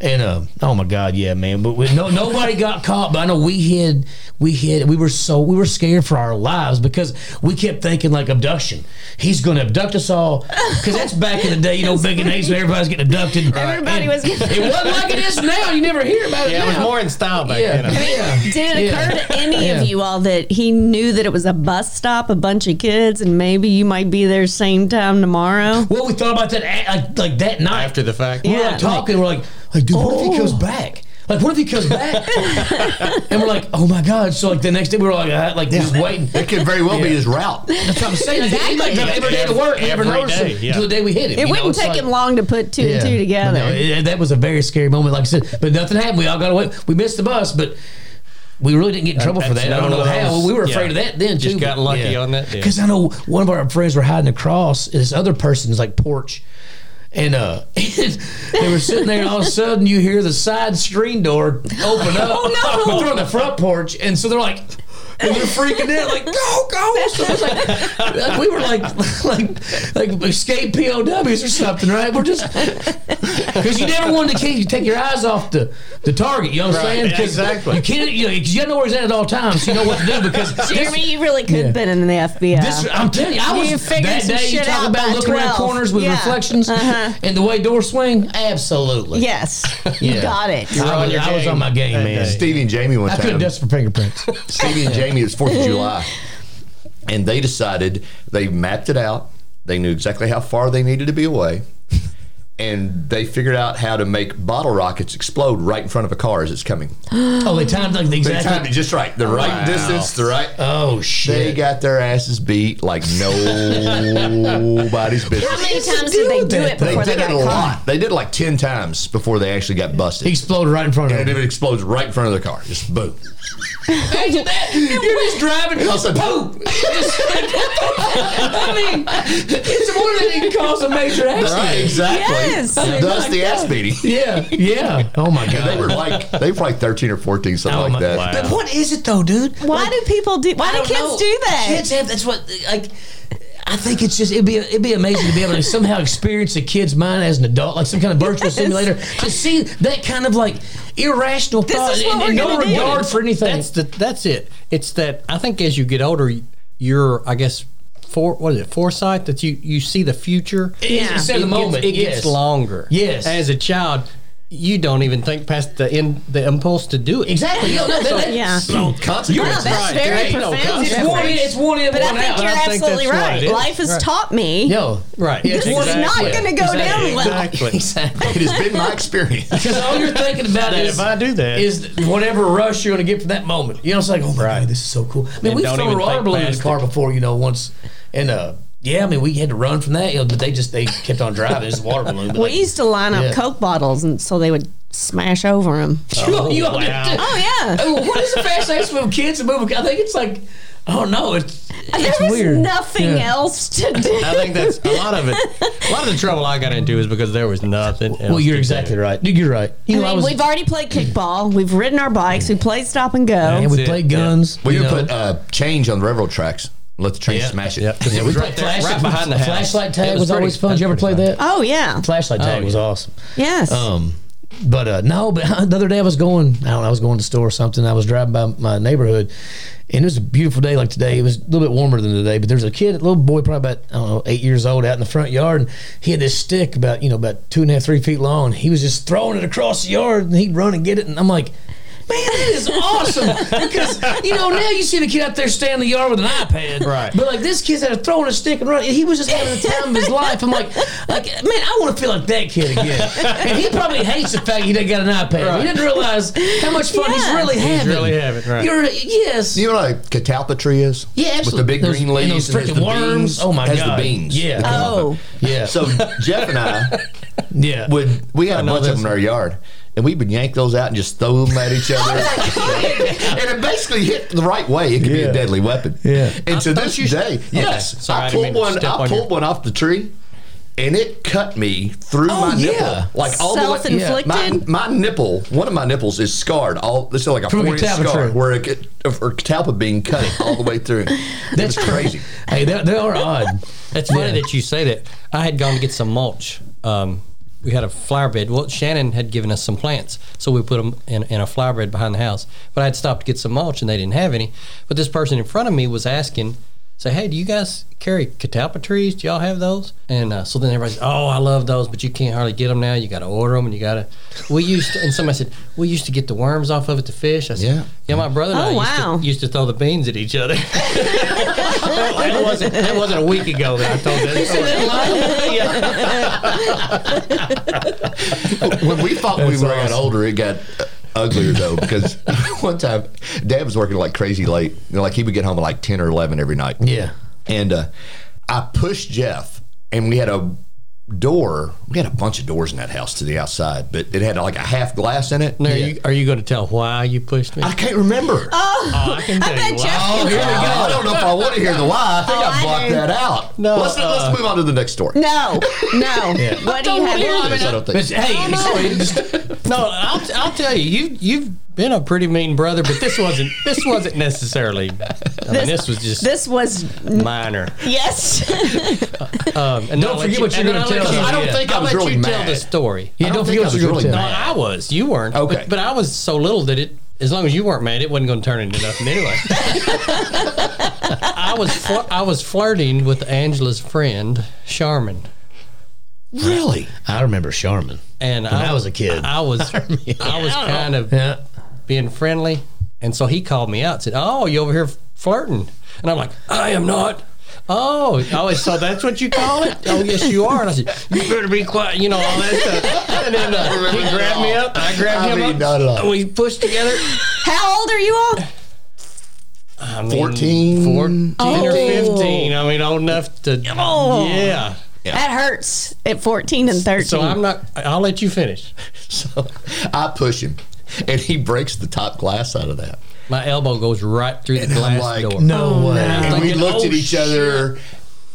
[SPEAKER 2] And uh, oh my God, yeah, man! But we, no, nobody got caught. But I know we hid, we hid. We were so we were scared for our lives because we kept thinking like abduction. He's going to abduct us all because that's back in the day, you know, big and Ace when everybody's getting abducted.
[SPEAKER 1] Everybody
[SPEAKER 2] And
[SPEAKER 1] was getting-
[SPEAKER 2] It wasn't like it is now. You never hear about it.
[SPEAKER 4] Yeah, it was
[SPEAKER 2] now.
[SPEAKER 4] more in style back
[SPEAKER 2] Yeah,
[SPEAKER 4] then.
[SPEAKER 2] yeah.
[SPEAKER 1] Did it
[SPEAKER 2] Yeah.
[SPEAKER 1] occur to any
[SPEAKER 2] Yeah.
[SPEAKER 1] of you all that he knew that it was a bus stop, a bunch of kids, and maybe you might be there same time tomorrow?
[SPEAKER 2] Well, we thought about that a- like, like that night
[SPEAKER 4] After the fact.
[SPEAKER 2] We We're
[SPEAKER 1] Yeah.
[SPEAKER 2] like talking. We're like, like, dude, what if he
[SPEAKER 1] Oh.
[SPEAKER 2] comes back? Like, what if he comes back? and we're like, oh my god! So like the next day, we were like, ah, like just waiting.
[SPEAKER 3] It could very well be his route.
[SPEAKER 2] That's what I'm saying. He might come every day to work, and never
[SPEAKER 4] Every
[SPEAKER 2] notice
[SPEAKER 4] day,
[SPEAKER 2] him
[SPEAKER 4] yeah.
[SPEAKER 2] till the day we hit him.
[SPEAKER 1] It
[SPEAKER 2] you know?
[SPEAKER 1] wouldn't
[SPEAKER 2] It's
[SPEAKER 1] take
[SPEAKER 2] like-
[SPEAKER 1] him long to put two and
[SPEAKER 2] Yeah.
[SPEAKER 1] two together.
[SPEAKER 2] No, it- that was a very scary moment, like I said. But nothing happened. We all got away. We missed the bus, but we really didn't get in trouble for
[SPEAKER 4] that's
[SPEAKER 2] that. I don't
[SPEAKER 4] one
[SPEAKER 2] know
[SPEAKER 4] of
[SPEAKER 2] how.
[SPEAKER 4] those-
[SPEAKER 2] we were
[SPEAKER 4] yeah.
[SPEAKER 2] afraid of that then.
[SPEAKER 4] Just
[SPEAKER 2] too,
[SPEAKER 4] got
[SPEAKER 2] but-
[SPEAKER 4] lucky on that deal.
[SPEAKER 2] Because I know one of our friends were hiding across and this other person's like porch. And uh, they were sitting there, and all of a sudden you hear the side screen door open up.
[SPEAKER 1] Oh, no.
[SPEAKER 2] But they're on the front porch, and so they're like, and they're freaking out, like go, go. So it's like, like we were like, like, like escape POWs or something, right? We're just because you never want to kid, you take your eyes off the, the target. You know what I'm
[SPEAKER 4] Right,
[SPEAKER 2] saying? 'Cause
[SPEAKER 4] exactly.
[SPEAKER 2] You can't. You know, 'cause you gotta know where he's at at all times. So you know what to do because this-
[SPEAKER 1] Jeremy, you really could have been in the FBI.
[SPEAKER 2] this, I'm telling you, I
[SPEAKER 1] You
[SPEAKER 2] was
[SPEAKER 1] figured
[SPEAKER 2] that
[SPEAKER 1] some
[SPEAKER 2] day. You
[SPEAKER 1] shit
[SPEAKER 2] talk
[SPEAKER 1] out
[SPEAKER 2] about
[SPEAKER 1] by
[SPEAKER 2] looking around
[SPEAKER 1] 12.
[SPEAKER 2] corners with
[SPEAKER 1] Yeah.
[SPEAKER 2] reflections and the way doors swing. Absolutely.
[SPEAKER 1] yes, you
[SPEAKER 2] Yeah.
[SPEAKER 1] got it.
[SPEAKER 2] I,
[SPEAKER 4] on
[SPEAKER 2] was,
[SPEAKER 4] your
[SPEAKER 2] I was
[SPEAKER 4] game
[SPEAKER 2] on my game,
[SPEAKER 4] that
[SPEAKER 2] man.
[SPEAKER 4] day.
[SPEAKER 3] Stevie and Jamie one
[SPEAKER 2] I could
[SPEAKER 3] time.
[SPEAKER 2] have dusted for fingerprints.
[SPEAKER 3] Stevie and Jamie, it's Fourth of July, and they decided they mapped it out. They knew exactly how far they needed to be away, and they figured out how to make bottle rockets explode right in front of a car as it's coming.
[SPEAKER 2] oh, they timed like the
[SPEAKER 3] They
[SPEAKER 2] exact.
[SPEAKER 3] timed it just right, the right distance, the right.
[SPEAKER 2] oh
[SPEAKER 3] They
[SPEAKER 2] shit.
[SPEAKER 3] got their asses beat like nobody's
[SPEAKER 1] How
[SPEAKER 3] business.
[SPEAKER 1] many
[SPEAKER 2] What's the
[SPEAKER 1] times
[SPEAKER 2] deal
[SPEAKER 1] did they
[SPEAKER 2] with
[SPEAKER 1] do
[SPEAKER 2] that
[SPEAKER 1] it
[SPEAKER 2] thing?
[SPEAKER 3] They
[SPEAKER 1] before they,
[SPEAKER 3] did it
[SPEAKER 1] got
[SPEAKER 3] a
[SPEAKER 1] caught?
[SPEAKER 3] lot. They did it like ten times before they actually got busted.
[SPEAKER 2] He exploded right in front of
[SPEAKER 3] And if
[SPEAKER 2] him.
[SPEAKER 3] it explodes right in front of the car, just boom.
[SPEAKER 2] Imagine that. You're just driving.
[SPEAKER 3] I said,
[SPEAKER 2] Boom! Just like, I mean, it's one that didn't cause a major accident.
[SPEAKER 3] exactly.
[SPEAKER 1] Yes. Oh
[SPEAKER 3] Thus the ass beating.
[SPEAKER 2] Yeah, yeah. Oh my god.
[SPEAKER 3] They were like they were like thirteen or fourteen, something
[SPEAKER 2] Oh,
[SPEAKER 3] like
[SPEAKER 2] my-
[SPEAKER 3] that.
[SPEAKER 4] Wow.
[SPEAKER 2] But what is it though, dude?
[SPEAKER 1] Why do people do? Why
[SPEAKER 2] I
[SPEAKER 1] do
[SPEAKER 2] don't
[SPEAKER 1] kids
[SPEAKER 2] know.
[SPEAKER 1] do that?
[SPEAKER 2] Kids have that's what like. I think it's just it'd be it'd be amazing to be able to somehow experience a kid's mind as an adult, like some kind of virtual simulator, to see that kind of like irrational
[SPEAKER 1] This
[SPEAKER 2] thought
[SPEAKER 1] is what
[SPEAKER 2] and,
[SPEAKER 1] we're
[SPEAKER 2] and no
[SPEAKER 1] gonna do.
[SPEAKER 2] regard for anything.
[SPEAKER 4] That's the that's it. It's that I think as you get older, you're I guess for what is it foresight that you you see the future.
[SPEAKER 1] Yeah.
[SPEAKER 2] Instead of the
[SPEAKER 4] It gets-
[SPEAKER 2] moment,
[SPEAKER 4] it gets
[SPEAKER 2] yes.
[SPEAKER 4] longer.
[SPEAKER 2] Yes.
[SPEAKER 4] As a child, you don't even think past the in, the impulse to do it.
[SPEAKER 2] Exactly. No, no, that- that-
[SPEAKER 1] Yeah.
[SPEAKER 3] So consequences.
[SPEAKER 1] that's
[SPEAKER 4] Right.
[SPEAKER 1] very
[SPEAKER 4] There ain't no
[SPEAKER 1] profound.
[SPEAKER 2] It's one in. It's one in.
[SPEAKER 1] but
[SPEAKER 2] one
[SPEAKER 1] I think
[SPEAKER 2] out.
[SPEAKER 1] you're
[SPEAKER 4] I think
[SPEAKER 1] absolutely
[SPEAKER 4] that's what
[SPEAKER 1] right.
[SPEAKER 4] it is.
[SPEAKER 1] Life has
[SPEAKER 4] Right.
[SPEAKER 1] taught me.
[SPEAKER 2] Yo,
[SPEAKER 4] Right.
[SPEAKER 2] Yeah,
[SPEAKER 4] This
[SPEAKER 1] was not
[SPEAKER 2] exactly.
[SPEAKER 1] gonna go down well.
[SPEAKER 4] Exactly.
[SPEAKER 2] Exactly.
[SPEAKER 3] It has been my experience.
[SPEAKER 2] Because all you're thinking about
[SPEAKER 4] That
[SPEAKER 2] is
[SPEAKER 4] if I do that-
[SPEAKER 2] is whatever rush you're going to get from that moment. You know, it's like, oh my god, this is so cool. I mean,
[SPEAKER 4] And
[SPEAKER 2] we've
[SPEAKER 4] don't
[SPEAKER 2] thrown
[SPEAKER 4] even
[SPEAKER 2] water
[SPEAKER 4] think
[SPEAKER 2] balloon in the
[SPEAKER 4] past
[SPEAKER 2] car
[SPEAKER 4] it.
[SPEAKER 2] before, you know, once, and uh, yeah, I mean, we had to run from that, you know, but they just they kept on driving. It's a water balloon. but
[SPEAKER 1] We
[SPEAKER 2] like-
[SPEAKER 1] used to line up
[SPEAKER 2] Yeah.
[SPEAKER 1] Coke bottles, and so they would smash over them.
[SPEAKER 2] Oh, you all did
[SPEAKER 4] wow.
[SPEAKER 2] too.
[SPEAKER 1] Oh yeah.
[SPEAKER 2] Oh, what is the fascination with kids and moving? I think it's like, oh no, it's
[SPEAKER 1] There
[SPEAKER 2] it's
[SPEAKER 1] was
[SPEAKER 2] weird.
[SPEAKER 1] nothing
[SPEAKER 2] Yeah.
[SPEAKER 1] else to do.
[SPEAKER 4] I think that's a lot of it. A lot of the trouble I got into is because there was nothing. Else
[SPEAKER 2] Well, you're
[SPEAKER 4] to
[SPEAKER 2] exactly
[SPEAKER 4] do.
[SPEAKER 2] right. You're right.
[SPEAKER 1] I
[SPEAKER 2] You know,
[SPEAKER 1] mean,
[SPEAKER 2] I was,
[SPEAKER 1] we've already played kickball. We've ridden our bikes. We played stop and go.
[SPEAKER 2] and we
[SPEAKER 4] That's it.
[SPEAKER 2] played
[SPEAKER 4] Yeah.
[SPEAKER 2] guns.
[SPEAKER 3] We
[SPEAKER 2] you
[SPEAKER 3] would
[SPEAKER 2] know.
[SPEAKER 3] put uh, change on the railroad tracks. and Let the train
[SPEAKER 2] Yeah.
[SPEAKER 3] smash it.
[SPEAKER 4] Yeah.
[SPEAKER 3] Yeah,
[SPEAKER 4] It
[SPEAKER 3] we
[SPEAKER 4] was
[SPEAKER 3] played
[SPEAKER 4] right
[SPEAKER 3] that.
[SPEAKER 4] there.
[SPEAKER 2] Flashlight-
[SPEAKER 4] behind the house.
[SPEAKER 2] Flashlight
[SPEAKER 4] It
[SPEAKER 2] tag was,
[SPEAKER 4] was
[SPEAKER 2] always
[SPEAKER 4] pretty- Oh,
[SPEAKER 2] fun. Did you ever
[SPEAKER 4] that's
[SPEAKER 2] play
[SPEAKER 4] pretty
[SPEAKER 2] that?
[SPEAKER 1] Oh yeah.
[SPEAKER 2] Flashlight tag was awesome.
[SPEAKER 1] Yes.
[SPEAKER 4] Oh.
[SPEAKER 2] Um, but uh, no, but the other day I was going, I don't know, I was going to the store or something. I was driving by my neighborhood, and it was a beautiful day like today. It was a little bit warmer than today, but there's a kid, a little boy, probably about, I don't know, eight years old out in the front yard, and he had this stick about, you know, about two and a half, three feet long. And he was just throwing it across the yard, and he'd run and get it. And I'm like, Man, that is awesome because you know now you see the kid out there standing in the yard with an iPad,
[SPEAKER 4] Right.
[SPEAKER 2] But like this kid's out there throwing a stick and running. He was just having the time of his life. I'm like, like man, I want to feel like that kid again. And he probably hates the fact he didn't got an iPad. He
[SPEAKER 4] Right.
[SPEAKER 2] didn't realize how much fun he's
[SPEAKER 1] Yeah.
[SPEAKER 2] really
[SPEAKER 1] He's
[SPEAKER 2] having.
[SPEAKER 4] really having, right.
[SPEAKER 2] You're yes,
[SPEAKER 3] You know what a catalpa tree is?
[SPEAKER 2] yeah, absolutely.
[SPEAKER 3] With the big
[SPEAKER 2] Those-
[SPEAKER 3] green
[SPEAKER 2] and
[SPEAKER 3] leaves
[SPEAKER 2] those
[SPEAKER 3] and, has
[SPEAKER 2] freaking
[SPEAKER 3] the
[SPEAKER 2] worms.
[SPEAKER 3] beans.
[SPEAKER 2] Oh my
[SPEAKER 3] has
[SPEAKER 2] god,
[SPEAKER 3] the beans.
[SPEAKER 2] Yeah,
[SPEAKER 1] Oh,
[SPEAKER 2] yeah,
[SPEAKER 3] So Jeff and I
[SPEAKER 2] yeah.
[SPEAKER 3] would we had a
[SPEAKER 4] know
[SPEAKER 3] bunch of
[SPEAKER 4] this.
[SPEAKER 3] them in our yard, and we would yank those out and just throw them at each other. and it basically hit the right way. It could be
[SPEAKER 2] Yeah.
[SPEAKER 3] a deadly weapon.
[SPEAKER 2] Yeah.
[SPEAKER 3] And to this day, yes,
[SPEAKER 4] sorry, I
[SPEAKER 3] I
[SPEAKER 4] didn't mean
[SPEAKER 3] pulled
[SPEAKER 4] to
[SPEAKER 3] one.
[SPEAKER 4] step
[SPEAKER 3] I
[SPEAKER 4] on
[SPEAKER 3] pulled
[SPEAKER 4] your-
[SPEAKER 3] one off the tree. And it cut me through
[SPEAKER 2] Oh,
[SPEAKER 3] my
[SPEAKER 2] yeah.
[SPEAKER 3] nipple, like all the way.
[SPEAKER 1] Self-inflicted?
[SPEAKER 3] My, my nipple, one of my nipples is scarred. All it's like a
[SPEAKER 2] From a
[SPEAKER 3] four inch
[SPEAKER 2] catalpa
[SPEAKER 3] scar
[SPEAKER 2] tree.
[SPEAKER 3] where a, ca- or a catalpa being cut all the way through. That's crazy.
[SPEAKER 2] hey, they, they are odd.
[SPEAKER 4] That's funny
[SPEAKER 2] Yeah.
[SPEAKER 4] that you say that. I had gone to get some mulch. Um, we had a flower bed. Well, Shannon had given us some plants, so we put them in, in a flower bed behind the house. But I had stopped to get some mulch, and they didn't have any. But this person in front of me was asking, "Say, hey, do you guys carry catalpa trees? Do y'all have those?" And uh, so then everybody's, "Oh, I love those, but you can't hardly get them now. You got to order them, and you got to." We used to, and somebody said, "We used to get the worms off of it to fish." I said,
[SPEAKER 3] Yeah.
[SPEAKER 4] "Yeah, my brother and
[SPEAKER 1] Oh,
[SPEAKER 4] I used,
[SPEAKER 1] wow.
[SPEAKER 4] to, used to throw the beans at each other." that wasn't that wasn't a week ago that I told that story.
[SPEAKER 3] when we thought we were got older, it got uglier though because one time Dad was working like crazy late. You know, like he would get home at like ten or eleven every night.
[SPEAKER 2] Yeah.
[SPEAKER 3] and uh, I pushed Jeff, and we had a door. We had a bunch of doors in that house to the outside, but it had like a half glass in it.
[SPEAKER 4] Now, are you are you going to tell why you pushed me?
[SPEAKER 3] I can't remember.
[SPEAKER 4] Oh, I can tell
[SPEAKER 1] bet Jeff can
[SPEAKER 3] Oh, Here we go. I don't know if I want to hear the why. I think
[SPEAKER 1] Oh,
[SPEAKER 3] I
[SPEAKER 1] I
[SPEAKER 3] blocked
[SPEAKER 1] do.
[SPEAKER 3] that out.
[SPEAKER 4] No,
[SPEAKER 3] let's,
[SPEAKER 4] uh,
[SPEAKER 3] let's move on to the next story.
[SPEAKER 1] No, no. What do you have?
[SPEAKER 3] I
[SPEAKER 1] left?
[SPEAKER 3] don't
[SPEAKER 2] But,
[SPEAKER 3] think.
[SPEAKER 2] hey, sorry, just-
[SPEAKER 4] No, I'll, I'll tell you. You you've been a pretty mean brother, but this wasn't this wasn't necessarily. I mean, this was just
[SPEAKER 1] This was
[SPEAKER 4] minor.
[SPEAKER 1] yes.
[SPEAKER 4] Um, and
[SPEAKER 2] Don't
[SPEAKER 4] I'll let
[SPEAKER 2] forget
[SPEAKER 4] you-
[SPEAKER 2] what you're
[SPEAKER 4] and
[SPEAKER 2] gonna
[SPEAKER 4] I'll let
[SPEAKER 2] tell
[SPEAKER 4] you-
[SPEAKER 2] us.
[SPEAKER 3] I don't
[SPEAKER 2] Yeah.
[SPEAKER 3] think I
[SPEAKER 4] I'll
[SPEAKER 3] was
[SPEAKER 4] let
[SPEAKER 3] really
[SPEAKER 4] you tell the
[SPEAKER 3] mad.
[SPEAKER 4] story.
[SPEAKER 2] yeah,
[SPEAKER 3] I
[SPEAKER 2] don't
[SPEAKER 3] don't
[SPEAKER 2] forget
[SPEAKER 3] think I
[SPEAKER 2] what
[SPEAKER 3] was
[SPEAKER 2] you're
[SPEAKER 3] really
[SPEAKER 2] doing.
[SPEAKER 4] No,
[SPEAKER 3] mad.
[SPEAKER 4] I was. You weren't.
[SPEAKER 3] Okay.
[SPEAKER 4] But, but I was so little that it, as long as you weren't mad, it wasn't going to turn into nothing anyway. I was fl- I was flirting with Angela's friend Charmin,
[SPEAKER 3] Really?
[SPEAKER 2] I remember Charmin.
[SPEAKER 4] and
[SPEAKER 2] When I was a kid.
[SPEAKER 4] I was I was kind of
[SPEAKER 2] Yeah.
[SPEAKER 4] being friendly, and so he called me out. and Said, "Oh, you over here flirting?" And I'm like, "I am not." Oh, oh, so that's what you call it? Oh, yes, you are. And I said, "You better be quiet," you know all that stuff. And then uh, he
[SPEAKER 3] Not
[SPEAKER 4] grabbed
[SPEAKER 3] at
[SPEAKER 4] me
[SPEAKER 3] all.
[SPEAKER 4] up. I grabbed
[SPEAKER 3] I
[SPEAKER 4] him
[SPEAKER 3] mean,
[SPEAKER 4] up.
[SPEAKER 3] not at all.
[SPEAKER 4] We pushed together.
[SPEAKER 1] How old are you all?
[SPEAKER 4] I mean,
[SPEAKER 3] 14?
[SPEAKER 4] 14 or
[SPEAKER 1] Oh.
[SPEAKER 4] 15. I mean, old enough to.
[SPEAKER 1] Oh.
[SPEAKER 4] Yeah.
[SPEAKER 1] That hurts at 14 and 13.
[SPEAKER 4] So I'm not. I'll let you finish.
[SPEAKER 3] So I push him, and he breaks the top glass out of that.
[SPEAKER 4] My elbow goes right through the
[SPEAKER 3] And I'm
[SPEAKER 4] glass
[SPEAKER 3] like,
[SPEAKER 4] door.
[SPEAKER 2] No way.
[SPEAKER 3] And we
[SPEAKER 4] Thinking,
[SPEAKER 3] looked
[SPEAKER 4] "Oh,
[SPEAKER 3] at each other.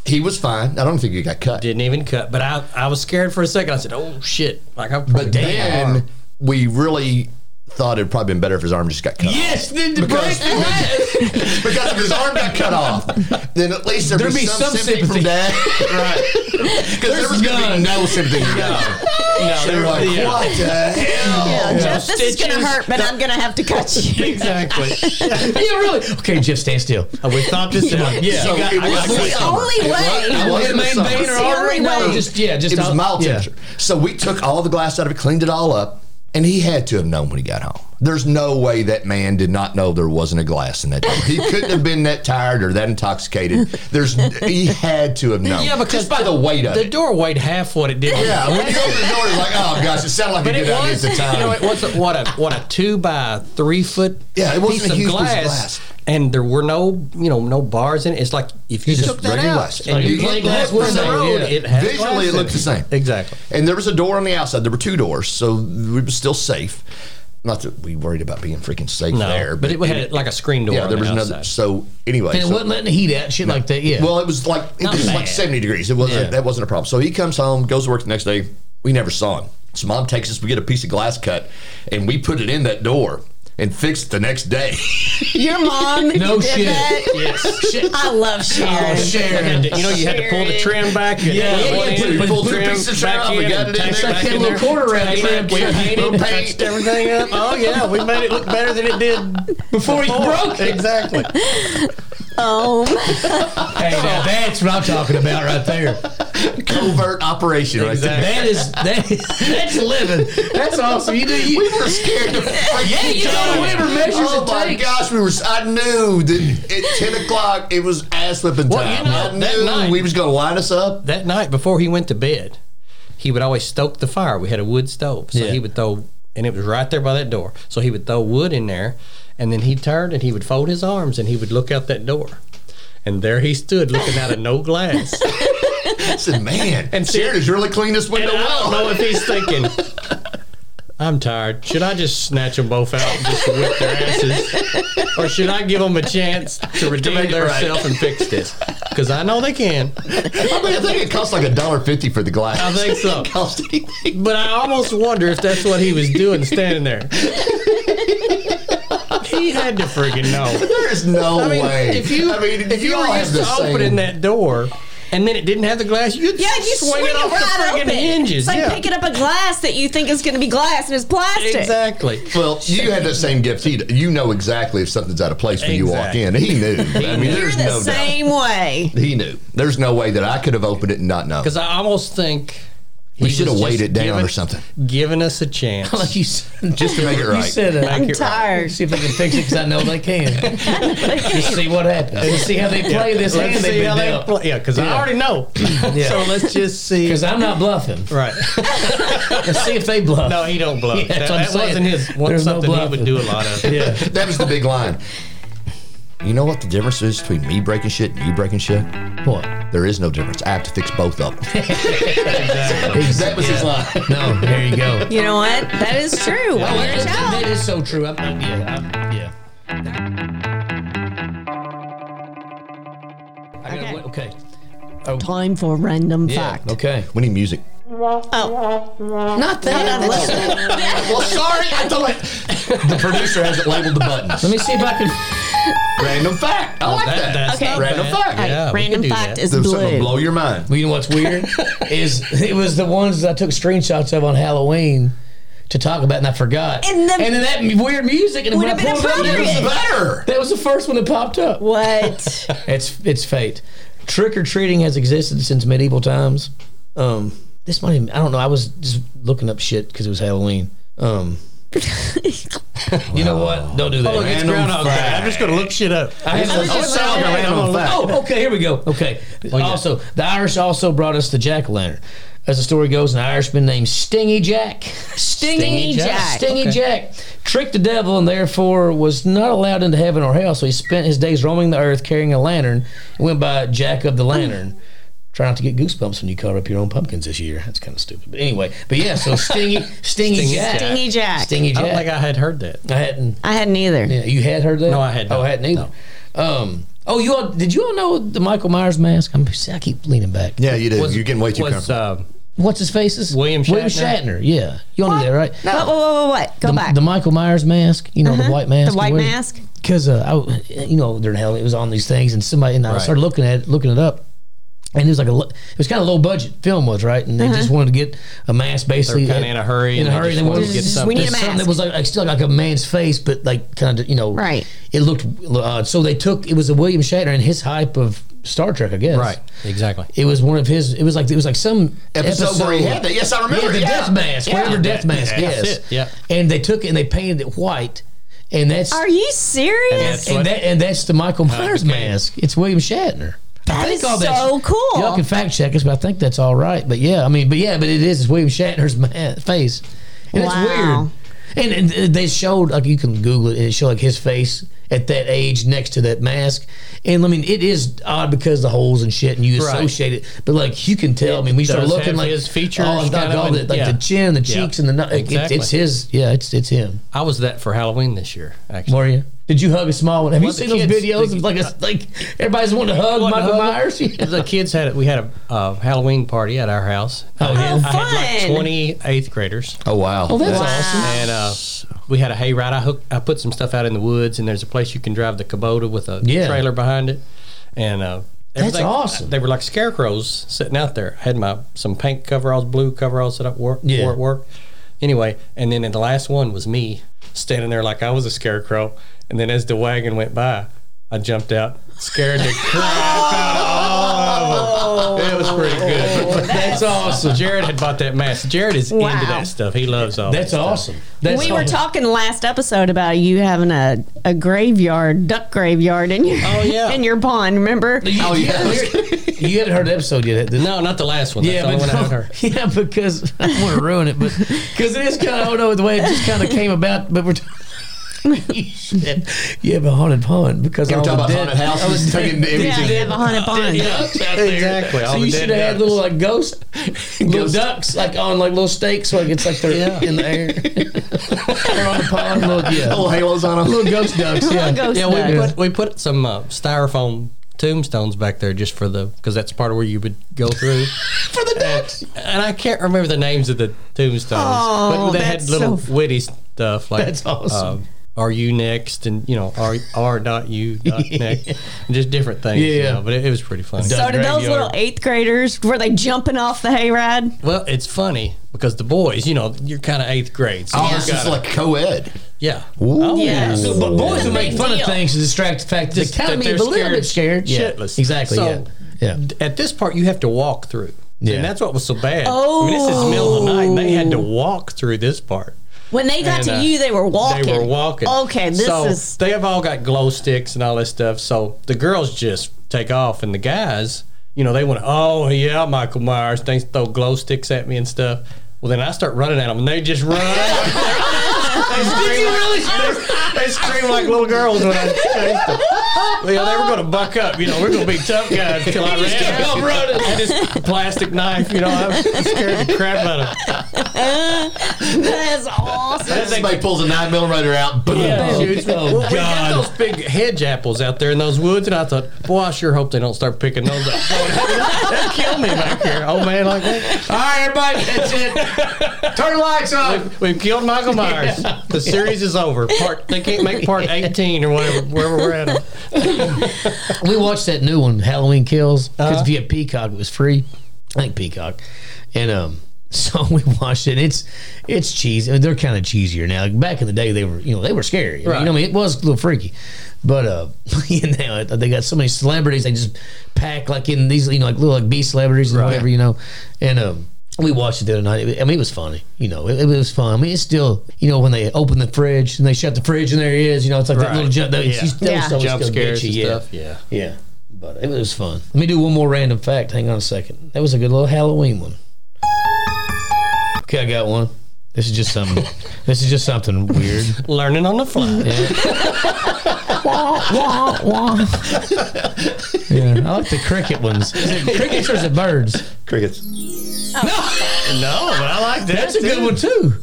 [SPEAKER 3] He was fine. I don't think he got cut.
[SPEAKER 4] Didn't even cut, but I, I was scared for a second. I said, "Oh shit!" Like I'm.
[SPEAKER 3] But then we really thought it'd probably been better if his arm just got cut off.
[SPEAKER 2] Yes, then to break
[SPEAKER 3] Because-
[SPEAKER 2] the glass.
[SPEAKER 3] Because if his arm got cut off, then at least there'd,
[SPEAKER 2] There'd
[SPEAKER 3] be,
[SPEAKER 2] be
[SPEAKER 3] some,
[SPEAKER 2] some
[SPEAKER 3] sympathy,
[SPEAKER 2] sympathy.
[SPEAKER 3] from dad. right. Because there was going to be
[SPEAKER 2] none.
[SPEAKER 3] no sympathy from dad.
[SPEAKER 4] no,
[SPEAKER 3] They were like,
[SPEAKER 4] yeah.
[SPEAKER 3] what the hell?
[SPEAKER 1] Yeah, Jeff,
[SPEAKER 4] uh,
[SPEAKER 1] this is going to
[SPEAKER 4] Stitches.
[SPEAKER 1] hurt, but I'm going to have to cut you.
[SPEAKER 4] exactly.
[SPEAKER 2] yeah, really. Okay, Jeff, stand still.
[SPEAKER 4] we thought this out. Yeah,
[SPEAKER 3] So it was
[SPEAKER 1] It's the
[SPEAKER 3] summer.
[SPEAKER 1] only
[SPEAKER 3] It was-
[SPEAKER 1] way.
[SPEAKER 3] it was in the summer.
[SPEAKER 1] vein or It's the artery? only No, way.
[SPEAKER 2] just yeah, just
[SPEAKER 3] it was
[SPEAKER 2] out-
[SPEAKER 3] mild
[SPEAKER 2] yeah.
[SPEAKER 3] temperature. So we took all the glass out of it, cleaned it all up, and he had to have known when he got home. There's no way that man did not know there wasn't a glass in that. jar. He couldn't have been that tired or that intoxicated. There's he had to have known.
[SPEAKER 4] Yeah, because
[SPEAKER 3] just by the weight of
[SPEAKER 4] the
[SPEAKER 3] it.
[SPEAKER 4] door weighed half what it did.
[SPEAKER 3] Yeah, when you open the door, it's like, oh gosh, it sounded like
[SPEAKER 4] But
[SPEAKER 3] a
[SPEAKER 4] it
[SPEAKER 3] good idea at
[SPEAKER 4] was,
[SPEAKER 3] the time.
[SPEAKER 4] you know, it was a, what a what a two by three foot
[SPEAKER 3] Yeah, it wasn't
[SPEAKER 4] piece
[SPEAKER 3] a
[SPEAKER 4] of
[SPEAKER 3] huge piece of
[SPEAKER 4] glass,
[SPEAKER 3] glass.
[SPEAKER 4] and there were no you know no bars in it. It's like if you
[SPEAKER 3] It's just
[SPEAKER 4] took that
[SPEAKER 3] regular
[SPEAKER 4] out
[SPEAKER 3] glass.
[SPEAKER 4] and
[SPEAKER 2] Like
[SPEAKER 4] you
[SPEAKER 2] you
[SPEAKER 4] looked
[SPEAKER 2] look
[SPEAKER 4] left
[SPEAKER 2] left one
[SPEAKER 4] from the
[SPEAKER 2] side,
[SPEAKER 4] road,
[SPEAKER 2] yeah.
[SPEAKER 4] it had glass
[SPEAKER 3] Visually, it
[SPEAKER 4] in
[SPEAKER 3] looked the same.
[SPEAKER 4] Exactly.
[SPEAKER 3] And there was a door on the outside. There were two doors, so we were still safe. Not that we worried about being freaking safe
[SPEAKER 4] No,
[SPEAKER 3] there,
[SPEAKER 4] but, it had like a screen door.
[SPEAKER 3] yeah,
[SPEAKER 4] on
[SPEAKER 3] there
[SPEAKER 4] the
[SPEAKER 3] was another.
[SPEAKER 4] outside.
[SPEAKER 3] So anyway,
[SPEAKER 2] And it
[SPEAKER 3] so-
[SPEAKER 2] wasn't letting the heat out, shit like that. Yeah.
[SPEAKER 3] Well, it was like it
[SPEAKER 4] Not
[SPEAKER 3] was like
[SPEAKER 4] bad.
[SPEAKER 3] seventy degrees. It wasn't
[SPEAKER 2] Yeah.
[SPEAKER 3] that wasn't a problem. So he comes home, goes to work the next day. We never saw him. So mom takes us. We get a piece of glass cut, and we put it in that door and fix it the next day.
[SPEAKER 1] Your mom
[SPEAKER 2] no
[SPEAKER 1] did
[SPEAKER 2] shit.
[SPEAKER 1] that.
[SPEAKER 2] Yes. Shit.
[SPEAKER 1] I love Sharon.
[SPEAKER 2] Oh, Sharon.
[SPEAKER 4] You know, you had to pull the trim back. And
[SPEAKER 2] Yeah, yeah,
[SPEAKER 4] one
[SPEAKER 2] yeah,
[SPEAKER 4] end,
[SPEAKER 2] put-
[SPEAKER 4] and
[SPEAKER 2] pull
[SPEAKER 3] the
[SPEAKER 4] trim
[SPEAKER 3] piece of trim
[SPEAKER 4] back
[SPEAKER 3] off, we
[SPEAKER 4] in,
[SPEAKER 3] got
[SPEAKER 4] and
[SPEAKER 3] it in
[SPEAKER 4] tack
[SPEAKER 3] there,
[SPEAKER 4] back
[SPEAKER 3] back
[SPEAKER 2] in
[SPEAKER 4] there.
[SPEAKER 2] there. Quarter round
[SPEAKER 4] Tack
[SPEAKER 2] trim,
[SPEAKER 4] back
[SPEAKER 2] we
[SPEAKER 4] in there.
[SPEAKER 2] painted,
[SPEAKER 4] Touched
[SPEAKER 3] paint.
[SPEAKER 4] everything up. Oh yeah, we made it look better than it did
[SPEAKER 2] Before he broke it.
[SPEAKER 4] Exactly.
[SPEAKER 1] Um,
[SPEAKER 2] Hey, now that's what I'm talking about right there.
[SPEAKER 3] Covert operation right there.
[SPEAKER 2] That is that is that's living. That's awesome. You do you,
[SPEAKER 3] We were scared to freaking
[SPEAKER 2] yeah, you know whatever measures
[SPEAKER 3] Oh
[SPEAKER 2] it
[SPEAKER 3] my
[SPEAKER 2] takes.
[SPEAKER 3] gosh, we were. I knew that at ten o'clock it was ass whipping time.
[SPEAKER 4] Well, you know,
[SPEAKER 3] I
[SPEAKER 4] that
[SPEAKER 3] knew
[SPEAKER 4] night-
[SPEAKER 3] we was gonna line us up.
[SPEAKER 4] that night before he went to bed, he would always stoke the fire. We had a wood stove, so
[SPEAKER 2] Yeah.
[SPEAKER 4] he would throw, and it was right there by that door. So he would throw wood in there, and then he'd turn and he would fold his arms and he would look out that door, and there he stood looking out of no glass.
[SPEAKER 3] I said, "Man,
[SPEAKER 4] And see-
[SPEAKER 3] Sharon has really cleaned this window
[SPEAKER 4] And I
[SPEAKER 3] well."
[SPEAKER 4] don't know if he's thinking. I'm tired. Should I just snatch them both out and just whip their asses, or should I give them a chance to
[SPEAKER 3] make
[SPEAKER 4] redeem
[SPEAKER 3] it right.
[SPEAKER 4] themselves and fix this? Because I know they can.
[SPEAKER 3] I, mean, I think it costs like a dollar fifty for the glass.
[SPEAKER 4] I think so.
[SPEAKER 3] It cost anything.
[SPEAKER 4] But I almost wonder if that's what he was doing standing there. he had to freaking know.
[SPEAKER 3] There is no
[SPEAKER 4] I mean,
[SPEAKER 3] way.
[SPEAKER 4] if you,
[SPEAKER 3] I mean,
[SPEAKER 4] if you
[SPEAKER 3] all
[SPEAKER 4] were
[SPEAKER 3] have
[SPEAKER 4] used
[SPEAKER 3] the
[SPEAKER 4] to
[SPEAKER 3] same-
[SPEAKER 4] opening that door and then it didn't have the glass, you'd
[SPEAKER 1] yeah, you
[SPEAKER 4] swing, it off
[SPEAKER 1] right
[SPEAKER 4] the freaking
[SPEAKER 1] open.
[SPEAKER 4] hinges.
[SPEAKER 1] It's like
[SPEAKER 4] yeah.
[SPEAKER 1] picking up a glass that you think is going to be glass and it's plastic.
[SPEAKER 4] exactly.
[SPEAKER 3] Well, you had that same gift. He, you know exactly if something's out of place when you walk
[SPEAKER 4] Exactly.
[SPEAKER 3] in. He knew. I mean,
[SPEAKER 1] You're
[SPEAKER 3] there's
[SPEAKER 1] the
[SPEAKER 3] no doubt.
[SPEAKER 1] same way.
[SPEAKER 3] He knew. There's no way that I could have opened it and not known.
[SPEAKER 4] Because I almost think he
[SPEAKER 3] We should have
[SPEAKER 4] was
[SPEAKER 3] weighed
[SPEAKER 4] just
[SPEAKER 3] it down
[SPEAKER 4] giving-
[SPEAKER 3] or something.
[SPEAKER 4] giving us a chance.
[SPEAKER 2] Like you said,
[SPEAKER 3] Just to make it
[SPEAKER 2] you
[SPEAKER 3] right.
[SPEAKER 2] said it.
[SPEAKER 4] Make
[SPEAKER 1] I'm
[SPEAKER 4] it right.
[SPEAKER 1] tired.
[SPEAKER 2] See if they can fix it because I know they can. Just see what happens. And see how they play this
[SPEAKER 4] Let's
[SPEAKER 2] hand
[SPEAKER 4] see
[SPEAKER 2] they've
[SPEAKER 4] how
[SPEAKER 2] been
[SPEAKER 4] they
[SPEAKER 2] dealt.
[SPEAKER 4] play- Yeah, because I
[SPEAKER 2] Yeah.
[SPEAKER 4] already know. So let's just see.
[SPEAKER 2] Because I'm not bluffing.
[SPEAKER 4] Right.
[SPEAKER 2] Let's see if they bluff.
[SPEAKER 4] No, he don't bluff.
[SPEAKER 2] Yeah, that's
[SPEAKER 4] that
[SPEAKER 2] what I'm
[SPEAKER 4] that wasn't
[SPEAKER 2] saying.
[SPEAKER 4] his one
[SPEAKER 2] There's no
[SPEAKER 4] something he
[SPEAKER 2] bluffing.
[SPEAKER 4] would do a lot of.
[SPEAKER 2] Yeah.
[SPEAKER 3] that was the big line. You know what the difference is between me breaking shit and you breaking shit?
[SPEAKER 2] What?
[SPEAKER 3] There is no difference. I have to fix both of them.
[SPEAKER 4] Exactly.
[SPEAKER 3] that was his line.
[SPEAKER 2] No, there you go.
[SPEAKER 1] You know what? That is true. We're
[SPEAKER 2] Oh,
[SPEAKER 1] a
[SPEAKER 2] that is-
[SPEAKER 1] child.
[SPEAKER 2] that is so true. I'm, I'm- yeah, I'm- yeah. I gotta
[SPEAKER 1] Okay.
[SPEAKER 2] wait- okay.
[SPEAKER 1] Time for random
[SPEAKER 2] Yeah,
[SPEAKER 1] fact.
[SPEAKER 2] Okay.
[SPEAKER 3] We need music.
[SPEAKER 1] Oh. Not that.
[SPEAKER 3] Well, sorry, I thought it. The producer hasn't labeled the buttons.
[SPEAKER 2] Let me see if I can.
[SPEAKER 3] Random fact. I like that.
[SPEAKER 4] that's
[SPEAKER 1] Okay.
[SPEAKER 4] not
[SPEAKER 3] Random
[SPEAKER 4] bad.
[SPEAKER 3] fact.
[SPEAKER 1] All right,
[SPEAKER 4] Yeah, we could
[SPEAKER 1] random
[SPEAKER 4] do
[SPEAKER 1] fact
[SPEAKER 4] that.
[SPEAKER 1] is
[SPEAKER 3] There's something to
[SPEAKER 1] blue.
[SPEAKER 3] blow your mind.
[SPEAKER 2] You know what's weird is it was the ones I took screenshots of on Halloween to talk about, and I forgot.
[SPEAKER 1] And the-
[SPEAKER 2] and then that m- weird music, and when I
[SPEAKER 1] Would've been
[SPEAKER 2] pulled it up, it was
[SPEAKER 1] appropriate.
[SPEAKER 3] Better.
[SPEAKER 2] That was the first one that popped up.
[SPEAKER 1] What?
[SPEAKER 2] It's it's fate. Trick or treating has existed since medieval times. Um, this might even, I don't know. I was just looking up shit because it was Halloween. Um, you know what? Don't do that.
[SPEAKER 4] Look, it's
[SPEAKER 3] Random
[SPEAKER 4] Groundhog Day. I'm just going to look shit up.
[SPEAKER 2] I have-
[SPEAKER 1] I was
[SPEAKER 2] oh,
[SPEAKER 1] just
[SPEAKER 2] sorry,
[SPEAKER 1] looking at
[SPEAKER 2] I'm
[SPEAKER 3] it.
[SPEAKER 2] on-
[SPEAKER 3] Fact.
[SPEAKER 2] oh, okay. Here we go. Okay. Also, the Irish also brought us the jack o' lantern. As the story goes, an Irishman named Stingy Jack, Stingy,
[SPEAKER 1] Stingy Jack.
[SPEAKER 2] Stingy Jack, tricked the devil and therefore was not allowed into heaven or hell. So he spent his days roaming the earth carrying a lantern and went by Jack of the
[SPEAKER 4] Hmm.
[SPEAKER 2] Lantern. Try not to get goosebumps when you caught up your own pumpkins this year. That's kind of stupid. But anyway, but yeah, so Stingy, Stingy, Jack.
[SPEAKER 1] Stingy Jack.
[SPEAKER 2] Stingy
[SPEAKER 4] I
[SPEAKER 2] Jack.
[SPEAKER 4] don't think I had heard that.
[SPEAKER 2] I hadn't.
[SPEAKER 1] I hadn't either.
[SPEAKER 2] Yeah, you had heard that?
[SPEAKER 4] No, I had
[SPEAKER 2] Oh,
[SPEAKER 4] not.
[SPEAKER 2] I hadn't either. Um, oh, you all did you all know the Michael Myers mask? I'm, see, I keep leaning back.
[SPEAKER 3] Yeah, you did. You're getting way too
[SPEAKER 4] was,
[SPEAKER 3] comfortable.
[SPEAKER 4] uh,
[SPEAKER 2] What's his face? Is
[SPEAKER 4] William Shatner?
[SPEAKER 2] Shatner. Yeah, you all knew that, right?
[SPEAKER 1] What? What? What? What? Go
[SPEAKER 2] The,
[SPEAKER 1] back.
[SPEAKER 2] the Michael Myers mask, you know, Uh-huh. the white mask.
[SPEAKER 1] The white mask?
[SPEAKER 2] Because uh, I, w- you know, during hell, it was on these things, and somebody and I
[SPEAKER 4] Right.
[SPEAKER 2] started looking at it, looking it up, and it was like a, lo- it was kind of low budget film was right, and they just wanted to get a mask basically.
[SPEAKER 4] They're kinda in a hurry,
[SPEAKER 2] in
[SPEAKER 4] and
[SPEAKER 2] a
[SPEAKER 4] they
[SPEAKER 2] hurry,
[SPEAKER 4] just
[SPEAKER 2] they
[SPEAKER 4] wanted
[SPEAKER 2] wanted
[SPEAKER 4] to
[SPEAKER 2] to
[SPEAKER 4] get
[SPEAKER 2] get
[SPEAKER 4] something.
[SPEAKER 1] We need a
[SPEAKER 2] something that
[SPEAKER 1] mask.
[SPEAKER 2] was like, like still like a man's face, but like kind of you know,
[SPEAKER 1] Right.
[SPEAKER 2] It looked uh, so they took it was a William Shatner and his hype of Star Trek, I guess,
[SPEAKER 4] Right. Exactly.
[SPEAKER 2] It was one of his. It was like it was like some
[SPEAKER 3] Episode, where he had that. Yes, I
[SPEAKER 2] yeah,
[SPEAKER 3] remember.
[SPEAKER 2] the
[SPEAKER 3] yeah.
[SPEAKER 2] death mask,
[SPEAKER 3] Yeah.
[SPEAKER 2] whatever death mask.
[SPEAKER 4] Yeah,
[SPEAKER 2] yes,
[SPEAKER 4] that's it, yeah.
[SPEAKER 2] And they took it and they painted it white, and that's
[SPEAKER 1] Are you serious?
[SPEAKER 4] that's
[SPEAKER 2] and,
[SPEAKER 4] what-
[SPEAKER 2] that, and that's the Michael Myers
[SPEAKER 4] okay.
[SPEAKER 2] mask. It's William Shatner. I
[SPEAKER 1] That
[SPEAKER 2] think
[SPEAKER 1] is
[SPEAKER 2] all
[SPEAKER 1] so cool.
[SPEAKER 2] Y'all can fact check us, but I think that's all right. But yeah, I mean, but yeah, but it is it's William Shatner's ma- face, and
[SPEAKER 1] Wow.
[SPEAKER 2] it's weird. And, and they showed like you can Google it, and it showed like his face at that age next to that mask. And I mean, it is odd because the holes and shit, and you
[SPEAKER 4] Right.
[SPEAKER 2] associate it. But like you can tell. I mean, we start
[SPEAKER 4] does
[SPEAKER 2] looking
[SPEAKER 4] have
[SPEAKER 2] like
[SPEAKER 4] his features
[SPEAKER 2] all, like,
[SPEAKER 4] kind of,
[SPEAKER 2] all the,
[SPEAKER 4] and-
[SPEAKER 2] like
[SPEAKER 4] yeah.
[SPEAKER 2] the chin, the
[SPEAKER 4] Yeah.
[SPEAKER 2] cheeks, and the no- it-
[SPEAKER 4] Exactly.
[SPEAKER 2] it's, it's his. Yeah, it's it's him.
[SPEAKER 4] I was that for Halloween this year, actually.
[SPEAKER 2] Were you? Did you hug a small one? Have
[SPEAKER 4] Well,
[SPEAKER 2] you seen
[SPEAKER 4] the
[SPEAKER 2] those
[SPEAKER 4] kids-
[SPEAKER 2] videos?
[SPEAKER 4] the-
[SPEAKER 2] of like, a, like everybody's wanting to hug
[SPEAKER 4] Wanted to
[SPEAKER 2] Michael
[SPEAKER 4] hug
[SPEAKER 3] Oh,
[SPEAKER 2] Myers.
[SPEAKER 4] the kids had we had a uh, Halloween party at our house.
[SPEAKER 2] Oh, yeah.
[SPEAKER 4] I had like
[SPEAKER 1] fun.
[SPEAKER 4] twenty eighth graders,
[SPEAKER 3] Oh wow.
[SPEAKER 2] Oh, that's
[SPEAKER 1] Wow.
[SPEAKER 2] awesome.
[SPEAKER 4] and uh, we had a hayride. I hooked, I put some stuff out in the woods, and there's a place you can drive the Kubota with a
[SPEAKER 2] Yeah.
[SPEAKER 4] trailer behind it, and. Uh,
[SPEAKER 2] That's
[SPEAKER 4] everything-
[SPEAKER 2] awesome.
[SPEAKER 4] They were like scarecrows sitting out there. I had my some pink coveralls, blue coveralls that I wore,
[SPEAKER 2] Yeah.
[SPEAKER 4] wore at work. Anyway, and then in the last one was me standing there like I was a scarecrow. And then as the wagon went by, I jumped out, scared the crap out of all of them. It was pretty good.
[SPEAKER 2] Oh,
[SPEAKER 4] But that's awesome. Jared had bought that mask. Jared is
[SPEAKER 1] Wow.
[SPEAKER 4] into that stuff. He loves all.
[SPEAKER 2] That's
[SPEAKER 4] that stuff.
[SPEAKER 2] awesome. That's
[SPEAKER 1] we were
[SPEAKER 2] awesome.
[SPEAKER 1] talking last episode about you having a, a graveyard, duck graveyard in your
[SPEAKER 4] Oh, yeah.
[SPEAKER 1] in your pond. Remember?
[SPEAKER 2] You,
[SPEAKER 3] Oh,
[SPEAKER 2] you
[SPEAKER 3] yeah.
[SPEAKER 2] haven't- you haven't heard the episode yet. This-
[SPEAKER 4] No, not the last one. That's
[SPEAKER 2] Yeah,
[SPEAKER 4] the only
[SPEAKER 2] but
[SPEAKER 4] one I haven't heard.
[SPEAKER 2] yeah, because I don't want to ruin it, but because it is kind of I don't know the way it just kind of came about. But we're talking, yeah, but haunted pond because
[SPEAKER 3] You
[SPEAKER 2] all
[SPEAKER 3] were
[SPEAKER 2] the
[SPEAKER 3] talking about
[SPEAKER 2] dead,
[SPEAKER 3] haunted houses,
[SPEAKER 2] all the
[SPEAKER 3] taking
[SPEAKER 2] dead-
[SPEAKER 1] Yeah,
[SPEAKER 3] images.
[SPEAKER 1] you have a haunted pond.
[SPEAKER 2] dead ducks out there.
[SPEAKER 4] Exactly, all
[SPEAKER 2] So
[SPEAKER 4] the
[SPEAKER 2] you
[SPEAKER 4] dead
[SPEAKER 2] should have had
[SPEAKER 4] ducks.
[SPEAKER 2] little like ghost, little
[SPEAKER 3] Ghost.
[SPEAKER 2] ducks like on like little stakes, like it's like they're
[SPEAKER 4] Yeah.
[SPEAKER 2] in the air, they're on the pond. Little, yeah,
[SPEAKER 3] Oh, halos on them.
[SPEAKER 2] little ghost ducks. Yeah,
[SPEAKER 1] Ghost
[SPEAKER 4] Yeah, we
[SPEAKER 1] duck.
[SPEAKER 4] put we put some uh, styrofoam tombstones back there just for the because that's part of where you would go through.
[SPEAKER 2] for the ducks.
[SPEAKER 4] and I can't remember the names of the tombstones,
[SPEAKER 1] Oh,
[SPEAKER 4] but they
[SPEAKER 1] that's
[SPEAKER 4] had little
[SPEAKER 1] so-
[SPEAKER 4] witty stuff like
[SPEAKER 2] That's awesome.
[SPEAKER 4] um, are you next? And you know, are are not you not next? And just different things. you
[SPEAKER 2] Yeah.
[SPEAKER 4] know, but it, it was pretty funny.
[SPEAKER 1] So did those
[SPEAKER 2] graveyard.
[SPEAKER 1] little eighth graders were they jumping off the hayride?
[SPEAKER 4] well, it's funny because the boys, you know, you're kind of eighth grade. So
[SPEAKER 3] Oh,
[SPEAKER 4] you
[SPEAKER 3] this
[SPEAKER 4] gotta-
[SPEAKER 3] is like co-ed.
[SPEAKER 4] yeah.
[SPEAKER 3] Ooh.
[SPEAKER 1] Yeah.
[SPEAKER 2] So, but boys will make
[SPEAKER 1] big
[SPEAKER 2] fun
[SPEAKER 1] deal.
[SPEAKER 2] of things to distract the fact that
[SPEAKER 4] Just
[SPEAKER 2] they kind
[SPEAKER 4] that
[SPEAKER 2] of a
[SPEAKER 4] they're
[SPEAKER 2] little
[SPEAKER 4] scared
[SPEAKER 2] bit scared. Yeah,
[SPEAKER 4] shitless.
[SPEAKER 2] exactly.
[SPEAKER 4] So-
[SPEAKER 2] yeah, yeah.
[SPEAKER 4] D- At this part, you have to walk through.
[SPEAKER 2] Yeah.
[SPEAKER 4] And that's what was so bad. I mean, this is middle of the night. And they had to walk through this part.
[SPEAKER 1] When they got
[SPEAKER 4] And,
[SPEAKER 1] to
[SPEAKER 4] uh,
[SPEAKER 1] you, they were walking.
[SPEAKER 4] They were walking.
[SPEAKER 1] Okay, this
[SPEAKER 4] so
[SPEAKER 1] is
[SPEAKER 4] They have all got glow sticks and all this stuff. So the girls just take off, and the guys, you know, they want, oh, yeah, Michael Myers. They throw glow sticks at me and stuff. Well, then I start running at them, and they just run. They scream, they, they scream like little girls when I chase them. Well, yeah, they were going to buck up. You know, we're going to be tough guys until I ran.
[SPEAKER 2] kept on running.
[SPEAKER 4] I just plastic knife. You know, I was scared the crap out of. 'em.
[SPEAKER 1] that's awesome.
[SPEAKER 3] Somebody pulls a nine millimeter out. Boom.
[SPEAKER 2] Oh,
[SPEAKER 4] Shoots me.
[SPEAKER 2] oh,
[SPEAKER 4] Well, we got
[SPEAKER 2] God.
[SPEAKER 4] those big hedge apples out there in those woods, and I thought, boy, I sure hope they don't start picking those up. that killed me back there. Old man like that.
[SPEAKER 2] All right, everybody, that's it. Turn the lights off.
[SPEAKER 4] We've, we've killed Michael Myers. The series is over. Part they can't make part eighteen or whatever wherever we're at.
[SPEAKER 2] We watched that new one, Halloween Kills,
[SPEAKER 4] Uh-huh.
[SPEAKER 2] because via Peacock it was free. I think Peacock, and um, so we watched it. It's it's cheesy. I mean, They're kind of cheesier now. Back in the day, they were you know they were scary. You
[SPEAKER 4] Right.
[SPEAKER 2] know, what I mean, it was a little freaky, but uh, you know, they got so many celebrities. They just pack like in these you know like little like B celebrities and whatever you know, and um. We watched it the other night. It- I mean, it was funny. You know, it, it was fun. I mean, it's still, you know, when they open the fridge and they shut the fridge and there he is. You know, it's like that
[SPEAKER 4] Right.
[SPEAKER 2] little jump. That,
[SPEAKER 4] Yeah.
[SPEAKER 2] yeah.
[SPEAKER 1] Yeah.
[SPEAKER 4] Jump scares and stuff.
[SPEAKER 2] yeah.
[SPEAKER 4] Yeah.
[SPEAKER 2] Yeah, but it was fun. Let me do one more random fact. Hang on a second. That was a good little Halloween one. Okay, I got one. This is just something. this is just something weird.
[SPEAKER 4] Learning on the fly.
[SPEAKER 2] Yeah, I like the cricket ones. Is it crickets or is it birds?
[SPEAKER 3] Crickets.
[SPEAKER 4] No, but I like that.
[SPEAKER 2] That's a good one too.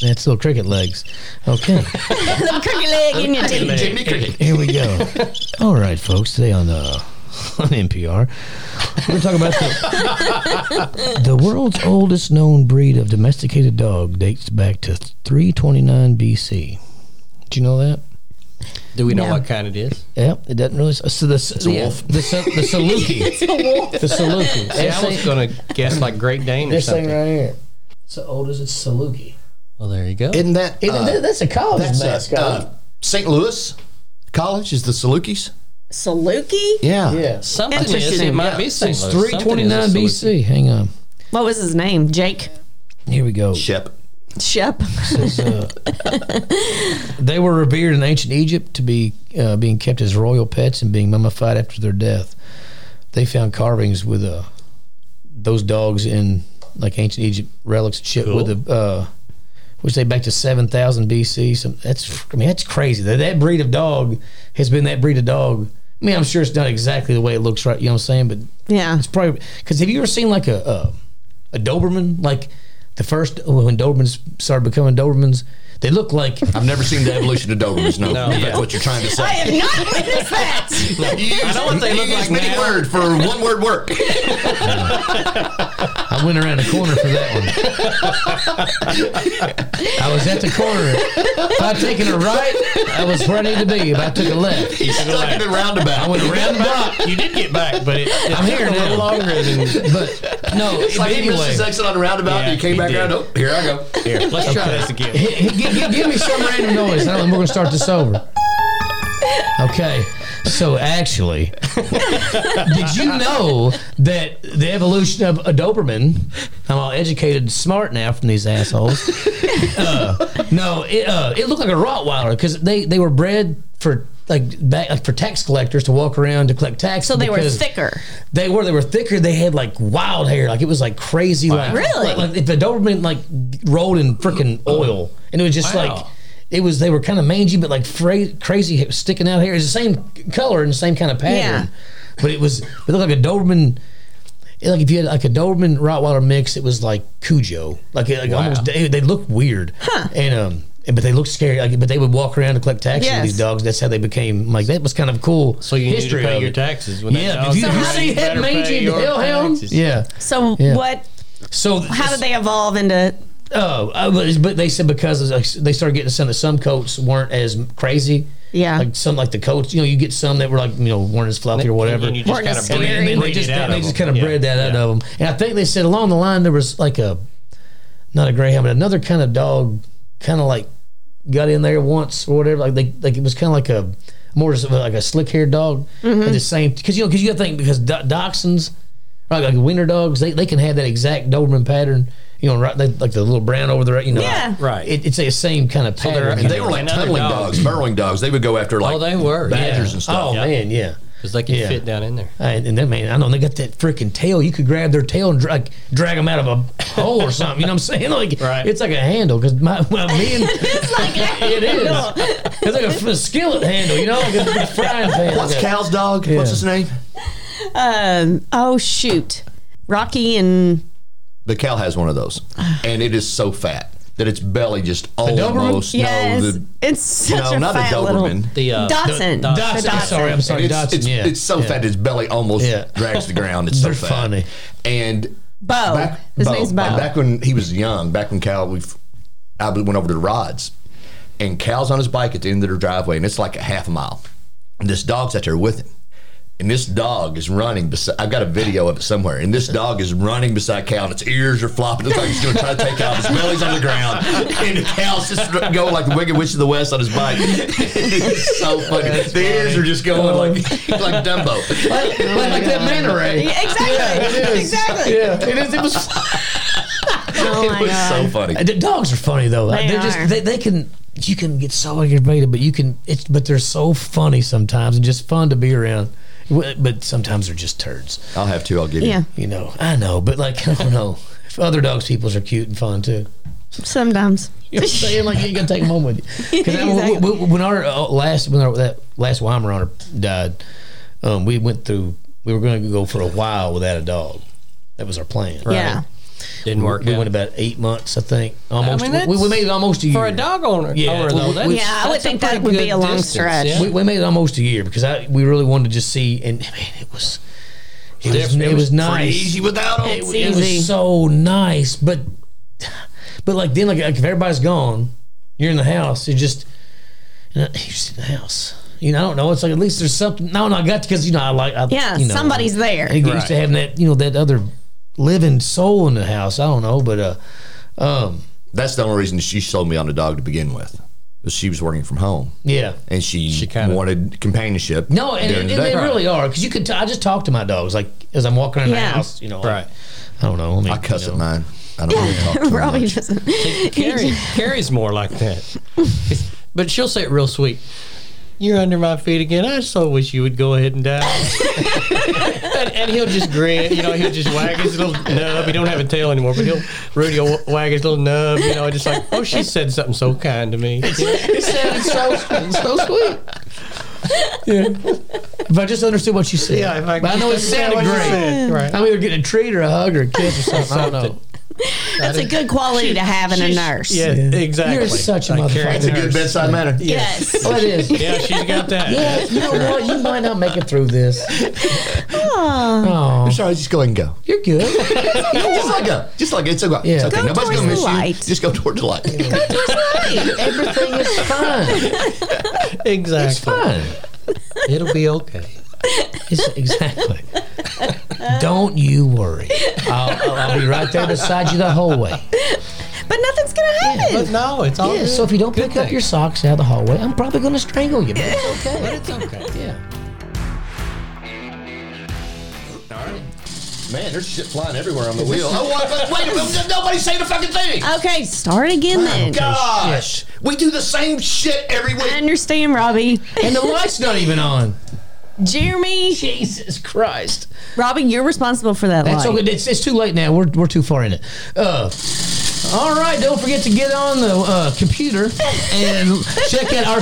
[SPEAKER 2] That's little cricket legs. Okay,
[SPEAKER 1] Some cricket leg in your teeth.
[SPEAKER 3] Jimmy Cricket.
[SPEAKER 2] here we go. All right, folks. Today on uh, on NPR, we're talking about the. The world's oldest known breed of domesticated dog dates back to 329 BC. Do you know that?
[SPEAKER 4] Do we know
[SPEAKER 1] No.
[SPEAKER 4] what kind it is?
[SPEAKER 2] Yep, it doesn't really. uh, So the it's
[SPEAKER 3] a wolf.
[SPEAKER 2] the Sa- the Saluki, the Saluki.
[SPEAKER 4] See, I was gonna guess like Great Dane or
[SPEAKER 2] this thing
[SPEAKER 4] something.
[SPEAKER 2] right here. It's the oldest. It's Saluki.
[SPEAKER 4] Well, there you go.
[SPEAKER 3] Isn't that?
[SPEAKER 2] It-
[SPEAKER 3] uh,
[SPEAKER 2] that's a college
[SPEAKER 3] that's
[SPEAKER 2] mascot.
[SPEAKER 3] uh, uh, St. Louis College is the Salukis.
[SPEAKER 1] Saluki?
[SPEAKER 3] Yeah.
[SPEAKER 2] yeah,
[SPEAKER 4] something is.
[SPEAKER 1] Interesting.
[SPEAKER 4] It might be St.
[SPEAKER 2] it's
[SPEAKER 4] Louis.
[SPEAKER 2] 329
[SPEAKER 4] Something is a
[SPEAKER 2] BC. Hang on.
[SPEAKER 1] What was his name? Jake
[SPEAKER 2] Here we go.
[SPEAKER 3] Shep.
[SPEAKER 1] Shep.
[SPEAKER 2] They were revered in ancient Egypt to be uh, being kept as royal pets and being mummified after their death. They found carvings with uh, those dogs in like ancient Egypt relics and shit with the uh, which they back to seven thousand BC. Some that's I mean that's crazy that that breed of dog has been that breed of dog. I mean I'm sure it's not exactly the way it looks right. You know what I'm saying? But
[SPEAKER 1] Yeah.
[SPEAKER 2] it's probably because have you ever seen like a uh, a Doberman like the first when Dobermans started becoming Dobermans they look like
[SPEAKER 3] I've never seen the evolution of Dobermans. No,
[SPEAKER 4] No.
[SPEAKER 3] if that's what you're trying to
[SPEAKER 1] I
[SPEAKER 3] say.
[SPEAKER 1] have not witnessed that.
[SPEAKER 3] I
[SPEAKER 4] know what they look like
[SPEAKER 3] Many
[SPEAKER 4] now.
[SPEAKER 3] word for one word work.
[SPEAKER 2] I went around the corner for that one. I was at the corner. If I'd taken a right, I was where I needed to be. If I took a left,
[SPEAKER 3] He's stuck in the roundabout.
[SPEAKER 2] I went around the block.
[SPEAKER 4] You did get back, but it, it
[SPEAKER 2] I'm
[SPEAKER 4] took
[SPEAKER 2] here
[SPEAKER 4] a
[SPEAKER 2] now.
[SPEAKER 4] little longer than.
[SPEAKER 2] But no,
[SPEAKER 3] It's like he missed
[SPEAKER 2] anyway.
[SPEAKER 3] his exit on the roundabout
[SPEAKER 4] Yeah,
[SPEAKER 3] and he came
[SPEAKER 4] he
[SPEAKER 3] back
[SPEAKER 4] did.
[SPEAKER 3] around. Oh, here I go.
[SPEAKER 4] Here, let's try this again.
[SPEAKER 2] He- he- give, give me some random noise. Now, and we're going to start this over. Okay. So actually, did you know that the evolution of a Doberman? I'm all educated, and smart now from these assholes. Uh, no, it, uh, it looked like a Rottweiler because they, they were bred for like back, like for tax collectors to walk around to collect taxes.
[SPEAKER 1] So they were
[SPEAKER 2] because-
[SPEAKER 1] thicker.
[SPEAKER 2] they were. They were thicker. They had like wild hair. Like it was like crazy. Like
[SPEAKER 1] Really?
[SPEAKER 2] Like, like if the Doberman like rolled in freaking oil, and it was just
[SPEAKER 4] Wow.
[SPEAKER 2] like it was. They were kind of mangy, but like fra- crazy ha- sticking out hair. It's the same color and the same kind of pattern, but it was. It looked like a Doberman. it- Like if you had like a Doberman Rottweiler mix, it was like Cujo. Like, it- like almost they, they looked weird. And um. and- But they looked scary, like, but they would walk around and collect taxes
[SPEAKER 1] Yes.
[SPEAKER 2] with these dogs. That's how they became. Like that was kind of cool.
[SPEAKER 4] So you need to
[SPEAKER 2] history
[SPEAKER 4] pay
[SPEAKER 2] of
[SPEAKER 4] your
[SPEAKER 2] it.
[SPEAKER 4] taxes. When
[SPEAKER 2] Yeah,
[SPEAKER 4] that
[SPEAKER 2] did you,
[SPEAKER 4] dog's
[SPEAKER 2] you
[SPEAKER 4] around,
[SPEAKER 2] see
[SPEAKER 4] you
[SPEAKER 2] Hit
[SPEAKER 4] better pay
[SPEAKER 2] Mangy the
[SPEAKER 4] your
[SPEAKER 2] Hellhound?
[SPEAKER 4] taxes.
[SPEAKER 2] Yeah.
[SPEAKER 1] So
[SPEAKER 2] Yeah.
[SPEAKER 1] what?
[SPEAKER 2] So
[SPEAKER 1] How did they evolve into?
[SPEAKER 2] Oh, I was- but they said because like, they started getting some that some coats weren't as crazy.
[SPEAKER 1] Yeah.
[SPEAKER 2] Like some like the coats, you know, you get some that were like you know weren't as fluffy or whatever.
[SPEAKER 4] And you
[SPEAKER 1] Weren't
[SPEAKER 4] just
[SPEAKER 1] as
[SPEAKER 4] kind of
[SPEAKER 1] scary.
[SPEAKER 2] And then-
[SPEAKER 4] breed,
[SPEAKER 2] and they
[SPEAKER 4] breed
[SPEAKER 2] just
[SPEAKER 4] it out
[SPEAKER 2] they
[SPEAKER 4] of
[SPEAKER 2] just
[SPEAKER 4] them.
[SPEAKER 2] kind of
[SPEAKER 4] Yeah,
[SPEAKER 2] bred that out
[SPEAKER 4] yeah.
[SPEAKER 2] of them. And I think they said along the line there was like a not a greyhound, but another kind of dog, kind of like got in there once or whatever. Like they like it was kind of like a more s- like a slick haired dog. Had the same because you know because you got to think because do- dachshunds or like, like winter dogs they, they can have that exact Doberman pattern. You know, right? They, like the little brown over there. You know,
[SPEAKER 1] Yeah.
[SPEAKER 4] Right.
[SPEAKER 2] It, it's the same kind of
[SPEAKER 4] they're-
[SPEAKER 2] pattern.
[SPEAKER 3] And they were like
[SPEAKER 4] Another
[SPEAKER 3] tunneling
[SPEAKER 4] dog.
[SPEAKER 3] dogs, burrowing dogs. They would go after like
[SPEAKER 4] Oh, they were.
[SPEAKER 2] Yeah.
[SPEAKER 3] badgers and stuff.
[SPEAKER 2] Oh
[SPEAKER 4] Yeah.
[SPEAKER 2] man, yeah.
[SPEAKER 4] Because they can
[SPEAKER 2] Yeah.
[SPEAKER 4] fit down in there.
[SPEAKER 2] Uh, And, and that man, I know they got that freaking tail. You could grab their tail and drag, drag them out of a hole or something. You know what I'm saying? Like
[SPEAKER 4] Right.
[SPEAKER 2] it's like a handle because my, my me and it's like it is. It's like a, f- skillet handle. You know, like a, big frying pan.
[SPEAKER 3] What's
[SPEAKER 2] Like a-
[SPEAKER 3] Cal's dog? What's his name?
[SPEAKER 1] Um, oh shoot, Rocky and
[SPEAKER 3] The cow has one of those, and it is so fat that its belly just
[SPEAKER 2] Doberman?
[SPEAKER 3] almost
[SPEAKER 1] yes,
[SPEAKER 3] no, the,
[SPEAKER 1] it's such
[SPEAKER 3] no,
[SPEAKER 1] a
[SPEAKER 3] not a
[SPEAKER 1] fat little
[SPEAKER 3] Doberman.
[SPEAKER 4] The uh,
[SPEAKER 1] Dotson.
[SPEAKER 4] the- the-
[SPEAKER 2] Dotson.
[SPEAKER 1] Dotson.
[SPEAKER 2] Sorry, I'm sorry.
[SPEAKER 3] It's,
[SPEAKER 2] Dotson.
[SPEAKER 3] it's,
[SPEAKER 2] Oh, yeah,
[SPEAKER 3] it's so
[SPEAKER 2] yeah.
[SPEAKER 3] fat its belly almost
[SPEAKER 2] Yeah.
[SPEAKER 3] drags the ground. It's
[SPEAKER 2] They're
[SPEAKER 3] so fat.
[SPEAKER 2] funny.
[SPEAKER 3] And
[SPEAKER 1] Bo.
[SPEAKER 3] back,
[SPEAKER 1] His
[SPEAKER 3] Bo,
[SPEAKER 1] name's Bo.
[SPEAKER 3] uh, back when he was young, back when Cal we I went over to the rods, and Cal's on his bike at the end of their driveway, and it's like a half a mile. And this dog's out there with him. And this dog is running beside. I've got a video of it somewhere. And this dog is running beside Cal, and its ears are flopping. It's like he's going to try to take off. His belly's on the ground, and Cal's just going like the Wicked Witch of the West on his bike. it's so funny. the ears are just going like like Dumbo.
[SPEAKER 2] like, like, like that manta ray.
[SPEAKER 1] Yeah, exactly. Exactly.
[SPEAKER 2] Yeah, it is. It was.
[SPEAKER 1] Oh
[SPEAKER 3] it
[SPEAKER 1] my
[SPEAKER 3] was
[SPEAKER 1] god.
[SPEAKER 3] so funny.
[SPEAKER 2] Uh, The dogs are funny though. Like,
[SPEAKER 1] They
[SPEAKER 2] they're
[SPEAKER 1] are.
[SPEAKER 2] just they, they can you can get so aggravated, but you can it's but they're so funny sometimes and just fun to be around. W- But sometimes they're just turds,
[SPEAKER 3] I'll have two. I'll give
[SPEAKER 1] yeah,
[SPEAKER 3] you.
[SPEAKER 2] you know. I know, but like I don't know. If other dogs, peoples are cute and fun too.
[SPEAKER 1] sometimes.
[SPEAKER 2] You know what I'm saying? Like you ain't gonna take them home with you. Because
[SPEAKER 1] Exactly.
[SPEAKER 2] when our uh, last when our that last Weimaraner died, um, we went through. We were going to go for a while without a dog. That was our plan.
[SPEAKER 1] Yeah.
[SPEAKER 4] didn't work.
[SPEAKER 2] We
[SPEAKER 4] out.
[SPEAKER 2] went about eight months, I think. Almost.
[SPEAKER 4] mean,
[SPEAKER 2] we, we
[SPEAKER 4] that's-
[SPEAKER 2] made it almost a year
[SPEAKER 4] for a dog owner.
[SPEAKER 2] Yeah.
[SPEAKER 4] owner,
[SPEAKER 2] Well,
[SPEAKER 4] though, that's-
[SPEAKER 1] Yeah, I would
[SPEAKER 4] that's a
[SPEAKER 1] think that
[SPEAKER 4] pretty
[SPEAKER 1] would be
[SPEAKER 4] good
[SPEAKER 1] a long
[SPEAKER 4] distance,
[SPEAKER 1] stretch.
[SPEAKER 4] yeah.
[SPEAKER 2] we, we made it almost a year because I we really wanted to just see and man it was it was,
[SPEAKER 4] Different.
[SPEAKER 2] it
[SPEAKER 4] It
[SPEAKER 2] was
[SPEAKER 4] was
[SPEAKER 2] nice
[SPEAKER 3] Easy without them.
[SPEAKER 2] it,
[SPEAKER 1] It's
[SPEAKER 2] it
[SPEAKER 1] easy.
[SPEAKER 2] was so nice but but like then like, like if everybody's gone you're in the house you just you know, you're just in the house you know I don't know it's like at least there's something no no I got because you know I like I,
[SPEAKER 1] Yeah,
[SPEAKER 2] you know,
[SPEAKER 1] somebody's there.
[SPEAKER 2] I get used to having that you know that other living soul in the house I don't know but uh um
[SPEAKER 3] That's the only reason she sold me on the dog to begin with. was She was working from home,
[SPEAKER 2] yeah
[SPEAKER 3] and she,
[SPEAKER 4] kinda-
[SPEAKER 3] wanted companionship.
[SPEAKER 2] No, and, and,
[SPEAKER 3] during the
[SPEAKER 2] they
[SPEAKER 3] day.
[SPEAKER 2] really are because you could. T- I just talk to my dogs like as I'm walking around the
[SPEAKER 1] Yeah.
[SPEAKER 2] house. You know, like,
[SPEAKER 4] Right.
[SPEAKER 2] I don't know. I, mean,
[SPEAKER 3] I cuss
[SPEAKER 2] you know.
[SPEAKER 3] at mine. I don't really talk to her
[SPEAKER 1] Robbie
[SPEAKER 3] much.
[SPEAKER 1] doesn't.
[SPEAKER 4] Carrie, Carrie's more like that. But she'll say it real sweet. You're under my feet again. I so wish you would go ahead and die. and, and he'll just grin. You know, he'll just wag his little nub. He don't have a tail anymore, but he'll Rudy will wag his little nub. You know, just like, oh, she said something so kind to me.
[SPEAKER 2] It sounded so so sweet. Yeah. If I just understood what you said.
[SPEAKER 4] Yeah, if I
[SPEAKER 2] but I know it
[SPEAKER 4] understand
[SPEAKER 2] sounded
[SPEAKER 4] what you
[SPEAKER 2] great.
[SPEAKER 4] said, right.
[SPEAKER 2] I'm either getting a treat or a hug or a kiss or something. I don't know.
[SPEAKER 4] Something.
[SPEAKER 1] That's a good quality to have in a
[SPEAKER 4] She's-
[SPEAKER 1] nurse.
[SPEAKER 4] Yeah, exactly.
[SPEAKER 2] You're such a
[SPEAKER 4] Carrie
[SPEAKER 2] motherfucker.
[SPEAKER 3] It's a good
[SPEAKER 4] Nurse.
[SPEAKER 3] bedside manner.
[SPEAKER 1] Yes.
[SPEAKER 2] Oh, it is.
[SPEAKER 4] Yeah, she's got that.
[SPEAKER 2] Yeah, you know what? You might not make it through this. Oh,
[SPEAKER 3] I'm sorry, just go ahead and go.
[SPEAKER 2] you're good.
[SPEAKER 3] just like a, just like it's, a, it's
[SPEAKER 2] Yeah.
[SPEAKER 3] okay.
[SPEAKER 1] Go
[SPEAKER 3] Nobody's
[SPEAKER 1] towards
[SPEAKER 3] gonna
[SPEAKER 1] the
[SPEAKER 3] miss you.
[SPEAKER 1] light.
[SPEAKER 3] Just go toward the light.
[SPEAKER 2] Everything is fine.
[SPEAKER 4] Exactly.
[SPEAKER 2] It's fine.
[SPEAKER 4] It'll be okay.
[SPEAKER 2] It's, exactly. Don't you worry. I'll, I'll, I'll be right there beside you the whole way.
[SPEAKER 1] But nothing's what's going to happen.
[SPEAKER 4] But no, it's all
[SPEAKER 2] Yeah,
[SPEAKER 4] good.
[SPEAKER 2] so if you don't
[SPEAKER 4] Good
[SPEAKER 2] pick up
[SPEAKER 4] thing.
[SPEAKER 2] your socks out of the hallway, I'm probably going to strangle you. but it's okay.
[SPEAKER 4] But it's okay.
[SPEAKER 2] Yeah.
[SPEAKER 3] Man, there's shit flying everywhere on the wheel. Oh, what, but wait a minute. Nobody's saying a fucking thing.
[SPEAKER 1] Okay, start again then.
[SPEAKER 3] Gosh. We do the same shit every
[SPEAKER 1] I
[SPEAKER 3] week.
[SPEAKER 1] understand, Robbie.
[SPEAKER 2] And the light's not even on.
[SPEAKER 1] Jeremy,
[SPEAKER 2] Jesus Christ.
[SPEAKER 1] Robbie, you're responsible for that
[SPEAKER 2] That's
[SPEAKER 1] light.
[SPEAKER 2] okay. It's, it's too late now. We're, we're too far in it. Uh, all right. Don't forget to get on the uh, computer and check out our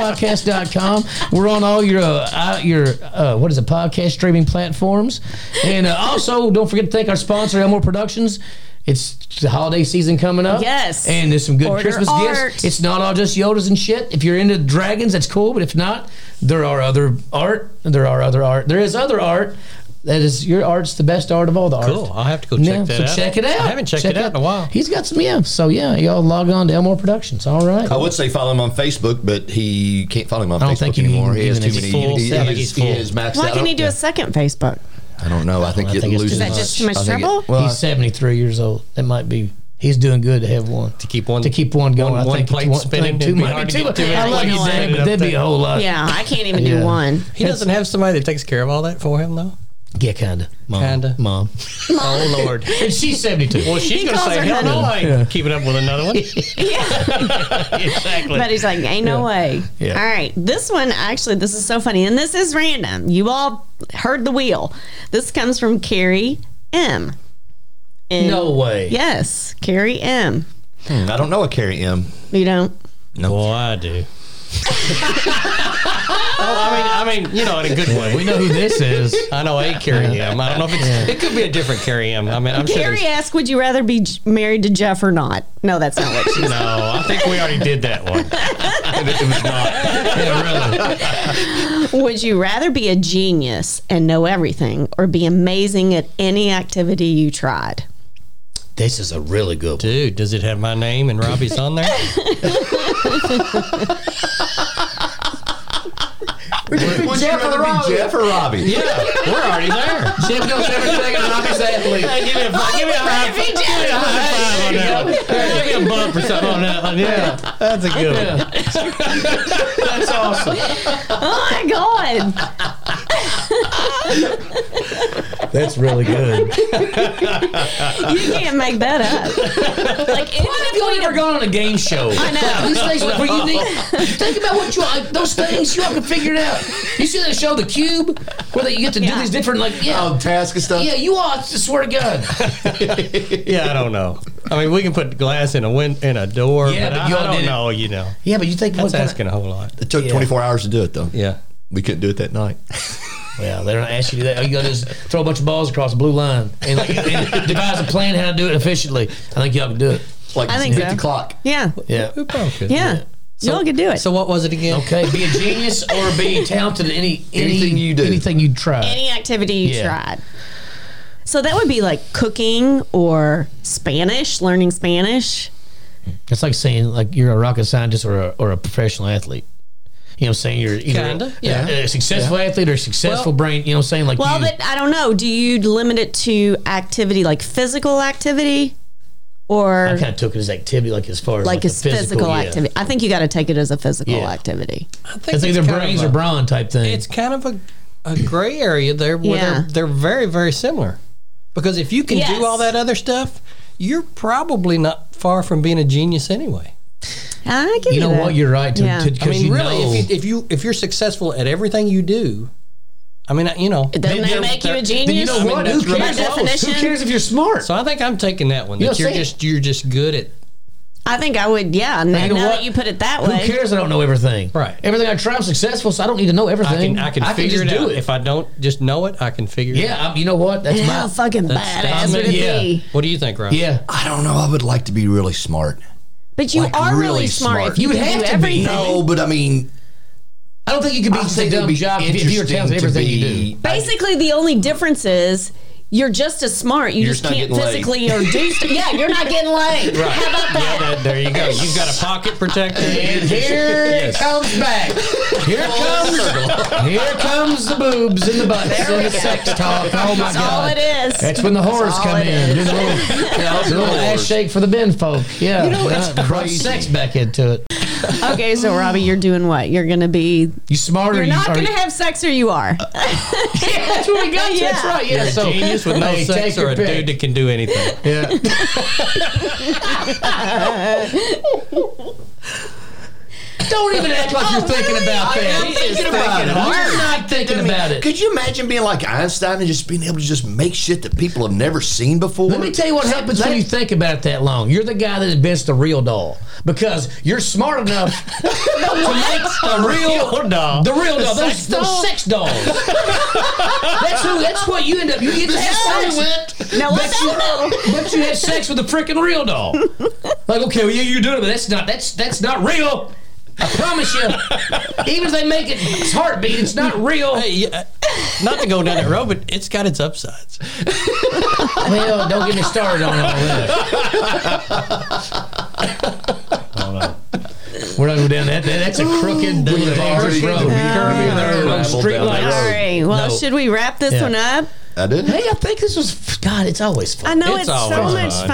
[SPEAKER 2] safeplacepodcast.com. We're on all your uh, uh, your uh, what is it podcast streaming platforms, and uh, also don't forget to thank our sponsor Elmore Productions. It's the holiday season coming up.
[SPEAKER 1] Yes.
[SPEAKER 2] And there's some good
[SPEAKER 1] Order
[SPEAKER 2] Christmas
[SPEAKER 1] art.
[SPEAKER 2] gifts. It's not all just Yodas and shit. If you're into dragons, that's cool. But if not, there are other art. There are other art. There is other art. That is your art's the best art of all the art.
[SPEAKER 4] Cool. I'll have to go check
[SPEAKER 2] Yeah,
[SPEAKER 4] that
[SPEAKER 2] so
[SPEAKER 4] out.
[SPEAKER 2] check it out.
[SPEAKER 4] I haven't checked
[SPEAKER 2] Check
[SPEAKER 4] it out in a while.
[SPEAKER 2] He's got some yeah. So yeah, y'all log on to Elmore Productions. All right.
[SPEAKER 3] I would say follow him on Facebook, but he can't follow him on
[SPEAKER 2] I don't
[SPEAKER 3] Facebook
[SPEAKER 2] think he
[SPEAKER 3] anymore. He has
[SPEAKER 2] even
[SPEAKER 3] too
[SPEAKER 2] is
[SPEAKER 3] many.
[SPEAKER 4] full.
[SPEAKER 3] He,
[SPEAKER 4] I think
[SPEAKER 3] is-
[SPEAKER 4] he's
[SPEAKER 3] he
[SPEAKER 4] full.
[SPEAKER 3] is maxed
[SPEAKER 1] Why
[SPEAKER 3] out.
[SPEAKER 1] can he do a second Facebook?
[SPEAKER 3] I don't know. I think
[SPEAKER 2] I
[SPEAKER 3] it
[SPEAKER 2] think it's
[SPEAKER 3] loses.
[SPEAKER 2] too Is that
[SPEAKER 1] just too much
[SPEAKER 3] I think it-
[SPEAKER 1] trouble?
[SPEAKER 3] well, I-
[SPEAKER 2] he's seventy three years old. That might be. He's doing good to have one to
[SPEAKER 4] keep one-
[SPEAKER 2] to keep one going.
[SPEAKER 4] one-
[SPEAKER 2] I
[SPEAKER 4] one
[SPEAKER 2] think it's
[SPEAKER 4] plate spinning,
[SPEAKER 2] Too
[SPEAKER 4] it'd be
[SPEAKER 2] much.
[SPEAKER 4] hard to
[SPEAKER 2] Too
[SPEAKER 4] get
[SPEAKER 2] much.
[SPEAKER 4] too many
[SPEAKER 2] I love you,
[SPEAKER 4] plates
[SPEAKER 2] Zach,
[SPEAKER 4] spinning
[SPEAKER 2] but
[SPEAKER 4] up
[SPEAKER 2] that'd be a
[SPEAKER 4] there.
[SPEAKER 2] whole lot.
[SPEAKER 1] Yeah, I can't even
[SPEAKER 2] Uh, Yeah.
[SPEAKER 1] do one.
[SPEAKER 4] He doesn't have somebody that takes care of all that for him, though.
[SPEAKER 2] yeah, kinda. Mom.
[SPEAKER 4] Kinda.
[SPEAKER 2] Mom.
[SPEAKER 4] Oh Lord.
[SPEAKER 2] and she's seventy two.
[SPEAKER 4] Well, she's
[SPEAKER 1] He
[SPEAKER 4] gonna
[SPEAKER 1] calls her
[SPEAKER 4] say, "Hell no,
[SPEAKER 1] honey.
[SPEAKER 4] I ain't keeping up with another one." exactly.
[SPEAKER 1] But he's like, ain't no way.
[SPEAKER 2] Yeah.
[SPEAKER 1] All right. This one, actually, this is so funny. And this is random. You all heard the wheel. This comes from Carrie M. And-
[SPEAKER 2] no way.
[SPEAKER 1] Yes, Carrie M.
[SPEAKER 3] Hmm, I don't know a Carrie M.
[SPEAKER 1] You don't?
[SPEAKER 4] Well, I do. I mean, I mean, you know, in a good way.
[SPEAKER 2] We know who this is.
[SPEAKER 4] I know a Carrie M. I don't know if it's. It could be a different Carrie M. I mean, I'm sure.
[SPEAKER 1] Carrie
[SPEAKER 4] there's-
[SPEAKER 1] asked, would you rather be j- married to Jeff or not? No, that's not what she
[SPEAKER 4] No, I think we already did that one. it was not.
[SPEAKER 2] Yeah, really.
[SPEAKER 1] Would you rather be a genius and know everything or be amazing at any activity you tried?
[SPEAKER 2] This is a really good one.
[SPEAKER 4] Dude, does it have my name and Robbie's on there?
[SPEAKER 3] Would you rather be Jeff or Robbie?
[SPEAKER 4] Yeah, we're already there.
[SPEAKER 2] Jim goes everything and Robbie's athlete.
[SPEAKER 4] Hey, give me a give me a high five. Give me a high five on that one. Hey, Give me a bump or something on that one. Yeah, that's a good one.
[SPEAKER 2] That's awesome.
[SPEAKER 1] Oh my God.
[SPEAKER 2] That's really good.
[SPEAKER 1] You can't make that up. Like,
[SPEAKER 2] What if you ever
[SPEAKER 1] going
[SPEAKER 2] gone on a game show? I
[SPEAKER 1] know.
[SPEAKER 2] These things were unique. Think about what you like, those things you all can figure it out. You see that show, The Cube, where they, you get to do
[SPEAKER 1] Yeah.
[SPEAKER 2] these different like yeah,
[SPEAKER 3] On task and stuff.
[SPEAKER 2] yeah. You all I swear to God.
[SPEAKER 4] Yeah, I don't know. I mean, we can put glass in a win- in a door,
[SPEAKER 2] Yeah,
[SPEAKER 4] but,
[SPEAKER 2] but
[SPEAKER 4] I,
[SPEAKER 2] y'all
[SPEAKER 4] I
[SPEAKER 2] did
[SPEAKER 4] don't
[SPEAKER 2] it.
[SPEAKER 4] know. You know,
[SPEAKER 2] Yeah, but you think
[SPEAKER 4] that's asking a whole lot.
[SPEAKER 3] It took 24 hours to do it though.
[SPEAKER 4] Yeah.
[SPEAKER 3] We couldn't do it that night.
[SPEAKER 2] Well, they're not asking you to do that. All you gotta do is throw a bunch of balls across the blue line and, like, and devise a plan how to do it efficiently. I think y'all can do it.
[SPEAKER 3] Like
[SPEAKER 1] I think
[SPEAKER 3] hit
[SPEAKER 1] so.
[SPEAKER 3] the clock.
[SPEAKER 1] Yeah.
[SPEAKER 2] Yeah.
[SPEAKER 1] Yeah. Y'all can do it.
[SPEAKER 4] So what was it again?
[SPEAKER 2] Okay, be a genius or be talented in any, any
[SPEAKER 3] Anything you do.
[SPEAKER 2] anything you try.
[SPEAKER 1] any activity you
[SPEAKER 2] Yeah.
[SPEAKER 1] tried. So that would be like cooking or Spanish, learning Spanish.
[SPEAKER 2] It's like saying like you're a rocket scientist or a, or a professional athlete. You know, what I'm saying you're either
[SPEAKER 4] Kinda,
[SPEAKER 2] yeah, a successful athlete or a successful
[SPEAKER 4] Well-
[SPEAKER 2] brain. You know, what I'm saying like
[SPEAKER 1] Well,
[SPEAKER 2] you,
[SPEAKER 1] but I don't know. Do you limit it to activity, like physical activity, or
[SPEAKER 2] I kind of took it as activity, like as far as
[SPEAKER 1] like,
[SPEAKER 2] a
[SPEAKER 1] it's physical,
[SPEAKER 2] yeah.
[SPEAKER 1] activity? I think you got to take it as a physical
[SPEAKER 2] Yeah.
[SPEAKER 1] activity.
[SPEAKER 4] I think
[SPEAKER 2] It's either
[SPEAKER 4] kind of
[SPEAKER 2] brains
[SPEAKER 4] a-
[SPEAKER 2] or brawn type thing.
[SPEAKER 4] It's kind of a, a gray area there where
[SPEAKER 1] Yeah.
[SPEAKER 4] they're, they're very very similar, because if you can
[SPEAKER 1] Yes.
[SPEAKER 4] do all that other stuff, you're probably not far from being a genius anyway.
[SPEAKER 1] I give
[SPEAKER 2] you know
[SPEAKER 1] that.
[SPEAKER 2] what? You're right. To,
[SPEAKER 1] Yeah.
[SPEAKER 2] to, 'cause
[SPEAKER 4] I mean,
[SPEAKER 2] you
[SPEAKER 4] really,
[SPEAKER 2] know,
[SPEAKER 4] if you if you if you're successful at everything you do, I mean, you know,
[SPEAKER 1] Doesn't that make you a genius?
[SPEAKER 2] then you know
[SPEAKER 1] I mean,
[SPEAKER 2] what?
[SPEAKER 1] that's
[SPEAKER 2] Who
[SPEAKER 1] really
[SPEAKER 2] cares?
[SPEAKER 1] close.
[SPEAKER 2] Who cares if you're smart?
[SPEAKER 4] So I think I'm taking that one.
[SPEAKER 2] You
[SPEAKER 4] That
[SPEAKER 2] know,
[SPEAKER 4] you're
[SPEAKER 2] say it.
[SPEAKER 4] just you're just good at
[SPEAKER 1] I think I would. Yeah. Now,
[SPEAKER 2] you know
[SPEAKER 1] now
[SPEAKER 2] what?
[SPEAKER 1] that you put it that
[SPEAKER 2] Who
[SPEAKER 1] way,
[SPEAKER 2] cares? I don't know everything.
[SPEAKER 4] Right.
[SPEAKER 2] Everything I try, I'm successful, so I don't need to know
[SPEAKER 4] I
[SPEAKER 2] everything.
[SPEAKER 4] can I can figure
[SPEAKER 2] just
[SPEAKER 4] it out.
[SPEAKER 2] do it.
[SPEAKER 4] If I don't just know it, I can figure it out.
[SPEAKER 2] yeah, I'm, you know what? That's
[SPEAKER 1] how
[SPEAKER 2] my.
[SPEAKER 1] fucking badass
[SPEAKER 4] that's-
[SPEAKER 1] would it
[SPEAKER 2] yeah.
[SPEAKER 1] be?
[SPEAKER 4] What do you think, Rob?
[SPEAKER 2] Yeah.
[SPEAKER 3] I don't know. I would like to be really smart.
[SPEAKER 1] But you
[SPEAKER 3] Like,
[SPEAKER 1] are really,
[SPEAKER 3] really
[SPEAKER 1] smart.
[SPEAKER 3] smart.
[SPEAKER 1] If you,
[SPEAKER 2] You
[SPEAKER 1] can
[SPEAKER 2] have
[SPEAKER 1] do
[SPEAKER 2] to be.
[SPEAKER 1] everything.
[SPEAKER 3] No, but I mean,
[SPEAKER 2] I don't think you could be
[SPEAKER 3] I
[SPEAKER 2] just
[SPEAKER 3] think
[SPEAKER 2] a
[SPEAKER 3] it'd
[SPEAKER 2] dumb
[SPEAKER 3] be
[SPEAKER 2] job if
[SPEAKER 3] interesting
[SPEAKER 2] if you're talented
[SPEAKER 3] to
[SPEAKER 2] everything you do.
[SPEAKER 3] be.
[SPEAKER 1] Basically, the only difference is you're just as smart. You
[SPEAKER 3] You're
[SPEAKER 1] just
[SPEAKER 3] just not
[SPEAKER 1] can't
[SPEAKER 3] getting laid.
[SPEAKER 1] physically or do stuff. Yeah, you're not getting laid.
[SPEAKER 4] Right.
[SPEAKER 1] How about that?
[SPEAKER 4] Yeah, that- there you go. You've got a pocket protector.
[SPEAKER 2] And here
[SPEAKER 4] Yes.
[SPEAKER 2] it comes back. Here comes, here comes the boobs and the butts
[SPEAKER 1] There we
[SPEAKER 2] and the
[SPEAKER 1] go.
[SPEAKER 2] sex talk. Oh my
[SPEAKER 1] That's all
[SPEAKER 2] god!
[SPEAKER 1] it is.
[SPEAKER 2] That's when the horrors
[SPEAKER 1] all
[SPEAKER 2] come
[SPEAKER 1] it
[SPEAKER 2] in. Do
[SPEAKER 1] is.
[SPEAKER 2] the little,
[SPEAKER 3] How's
[SPEAKER 2] do the
[SPEAKER 3] the
[SPEAKER 2] little ass
[SPEAKER 3] Lord?
[SPEAKER 2] shake for the men folk. Yeah, you
[SPEAKER 3] know, it's crazy.
[SPEAKER 2] Sex back into it.
[SPEAKER 1] okay, so Robbie, you're doing what? You're gonna be.
[SPEAKER 2] You smarter.
[SPEAKER 1] You're not
[SPEAKER 2] are
[SPEAKER 1] gonna
[SPEAKER 2] you- Uh,
[SPEAKER 1] have sex, or you are.
[SPEAKER 2] That's what we got. to. That's
[SPEAKER 1] Yeah.
[SPEAKER 2] right. Yeah.
[SPEAKER 4] You're a
[SPEAKER 2] so
[SPEAKER 4] genius with no
[SPEAKER 2] Hey,
[SPEAKER 4] sex
[SPEAKER 2] take your
[SPEAKER 4] or a
[SPEAKER 2] pick.
[SPEAKER 4] dude that can do anything.
[SPEAKER 2] Yeah. Don't even act like you're thinking about that.
[SPEAKER 3] am
[SPEAKER 2] He
[SPEAKER 3] thinking
[SPEAKER 2] is thinking
[SPEAKER 3] about it.
[SPEAKER 2] about it.
[SPEAKER 3] I'm
[SPEAKER 2] You're not thinking
[SPEAKER 3] I mean,
[SPEAKER 2] about it.
[SPEAKER 3] Could you imagine being like Einstein and just being able to just make shit that people have never seen before?
[SPEAKER 2] Let me tell you what happens when you think about it that long. You're the guy that invents the real doll because you're smart enough to make the real,
[SPEAKER 4] Real doll.
[SPEAKER 2] the real doll. Those,
[SPEAKER 4] sex
[SPEAKER 2] those
[SPEAKER 4] doll?
[SPEAKER 2] sex dolls. that's who. That's what you end up. You get to have sex with.
[SPEAKER 1] Now let
[SPEAKER 2] But you,
[SPEAKER 1] that know.
[SPEAKER 2] but you had sex with a freaking real doll. Like, okay, well, yeah, you do it, but that's not that's that's not real. I promise you. Even if they make it its heartbeat, it's not real.
[SPEAKER 4] Hey, yeah, uh, not to go down that road, but it's got its upsides.
[SPEAKER 2] Well, don't get me started on all that. We're not going down that. that- That's a crooked, dangerous road. Street
[SPEAKER 3] down that
[SPEAKER 2] lights.
[SPEAKER 1] All
[SPEAKER 3] road.
[SPEAKER 1] right. Well,
[SPEAKER 2] No.
[SPEAKER 1] should we wrap this
[SPEAKER 2] Yeah.
[SPEAKER 1] one up?
[SPEAKER 3] I did.
[SPEAKER 2] Hey, I think this was God. It's always fun.
[SPEAKER 1] I know it's,
[SPEAKER 4] It's
[SPEAKER 1] so
[SPEAKER 4] always
[SPEAKER 1] much
[SPEAKER 4] fun.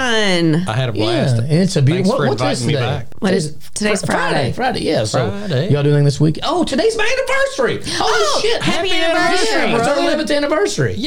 [SPEAKER 1] fun.
[SPEAKER 4] I had a
[SPEAKER 2] Yeah,
[SPEAKER 4] blast.
[SPEAKER 2] and it's a
[SPEAKER 4] Thanks
[SPEAKER 2] beautiful.
[SPEAKER 4] for
[SPEAKER 2] What, what's this
[SPEAKER 4] inviting me
[SPEAKER 2] today?
[SPEAKER 4] back.
[SPEAKER 1] What is- today's
[SPEAKER 2] Fri-
[SPEAKER 1] Friday.
[SPEAKER 2] Friday? Friday, yeah. So
[SPEAKER 4] Friday.
[SPEAKER 2] y'all doing anything this week? Oh, today's my anniversary. Holy shit!
[SPEAKER 1] Oh, happy anniversary.
[SPEAKER 2] Yeah, it's our eleventh anniversary.
[SPEAKER 4] Yay.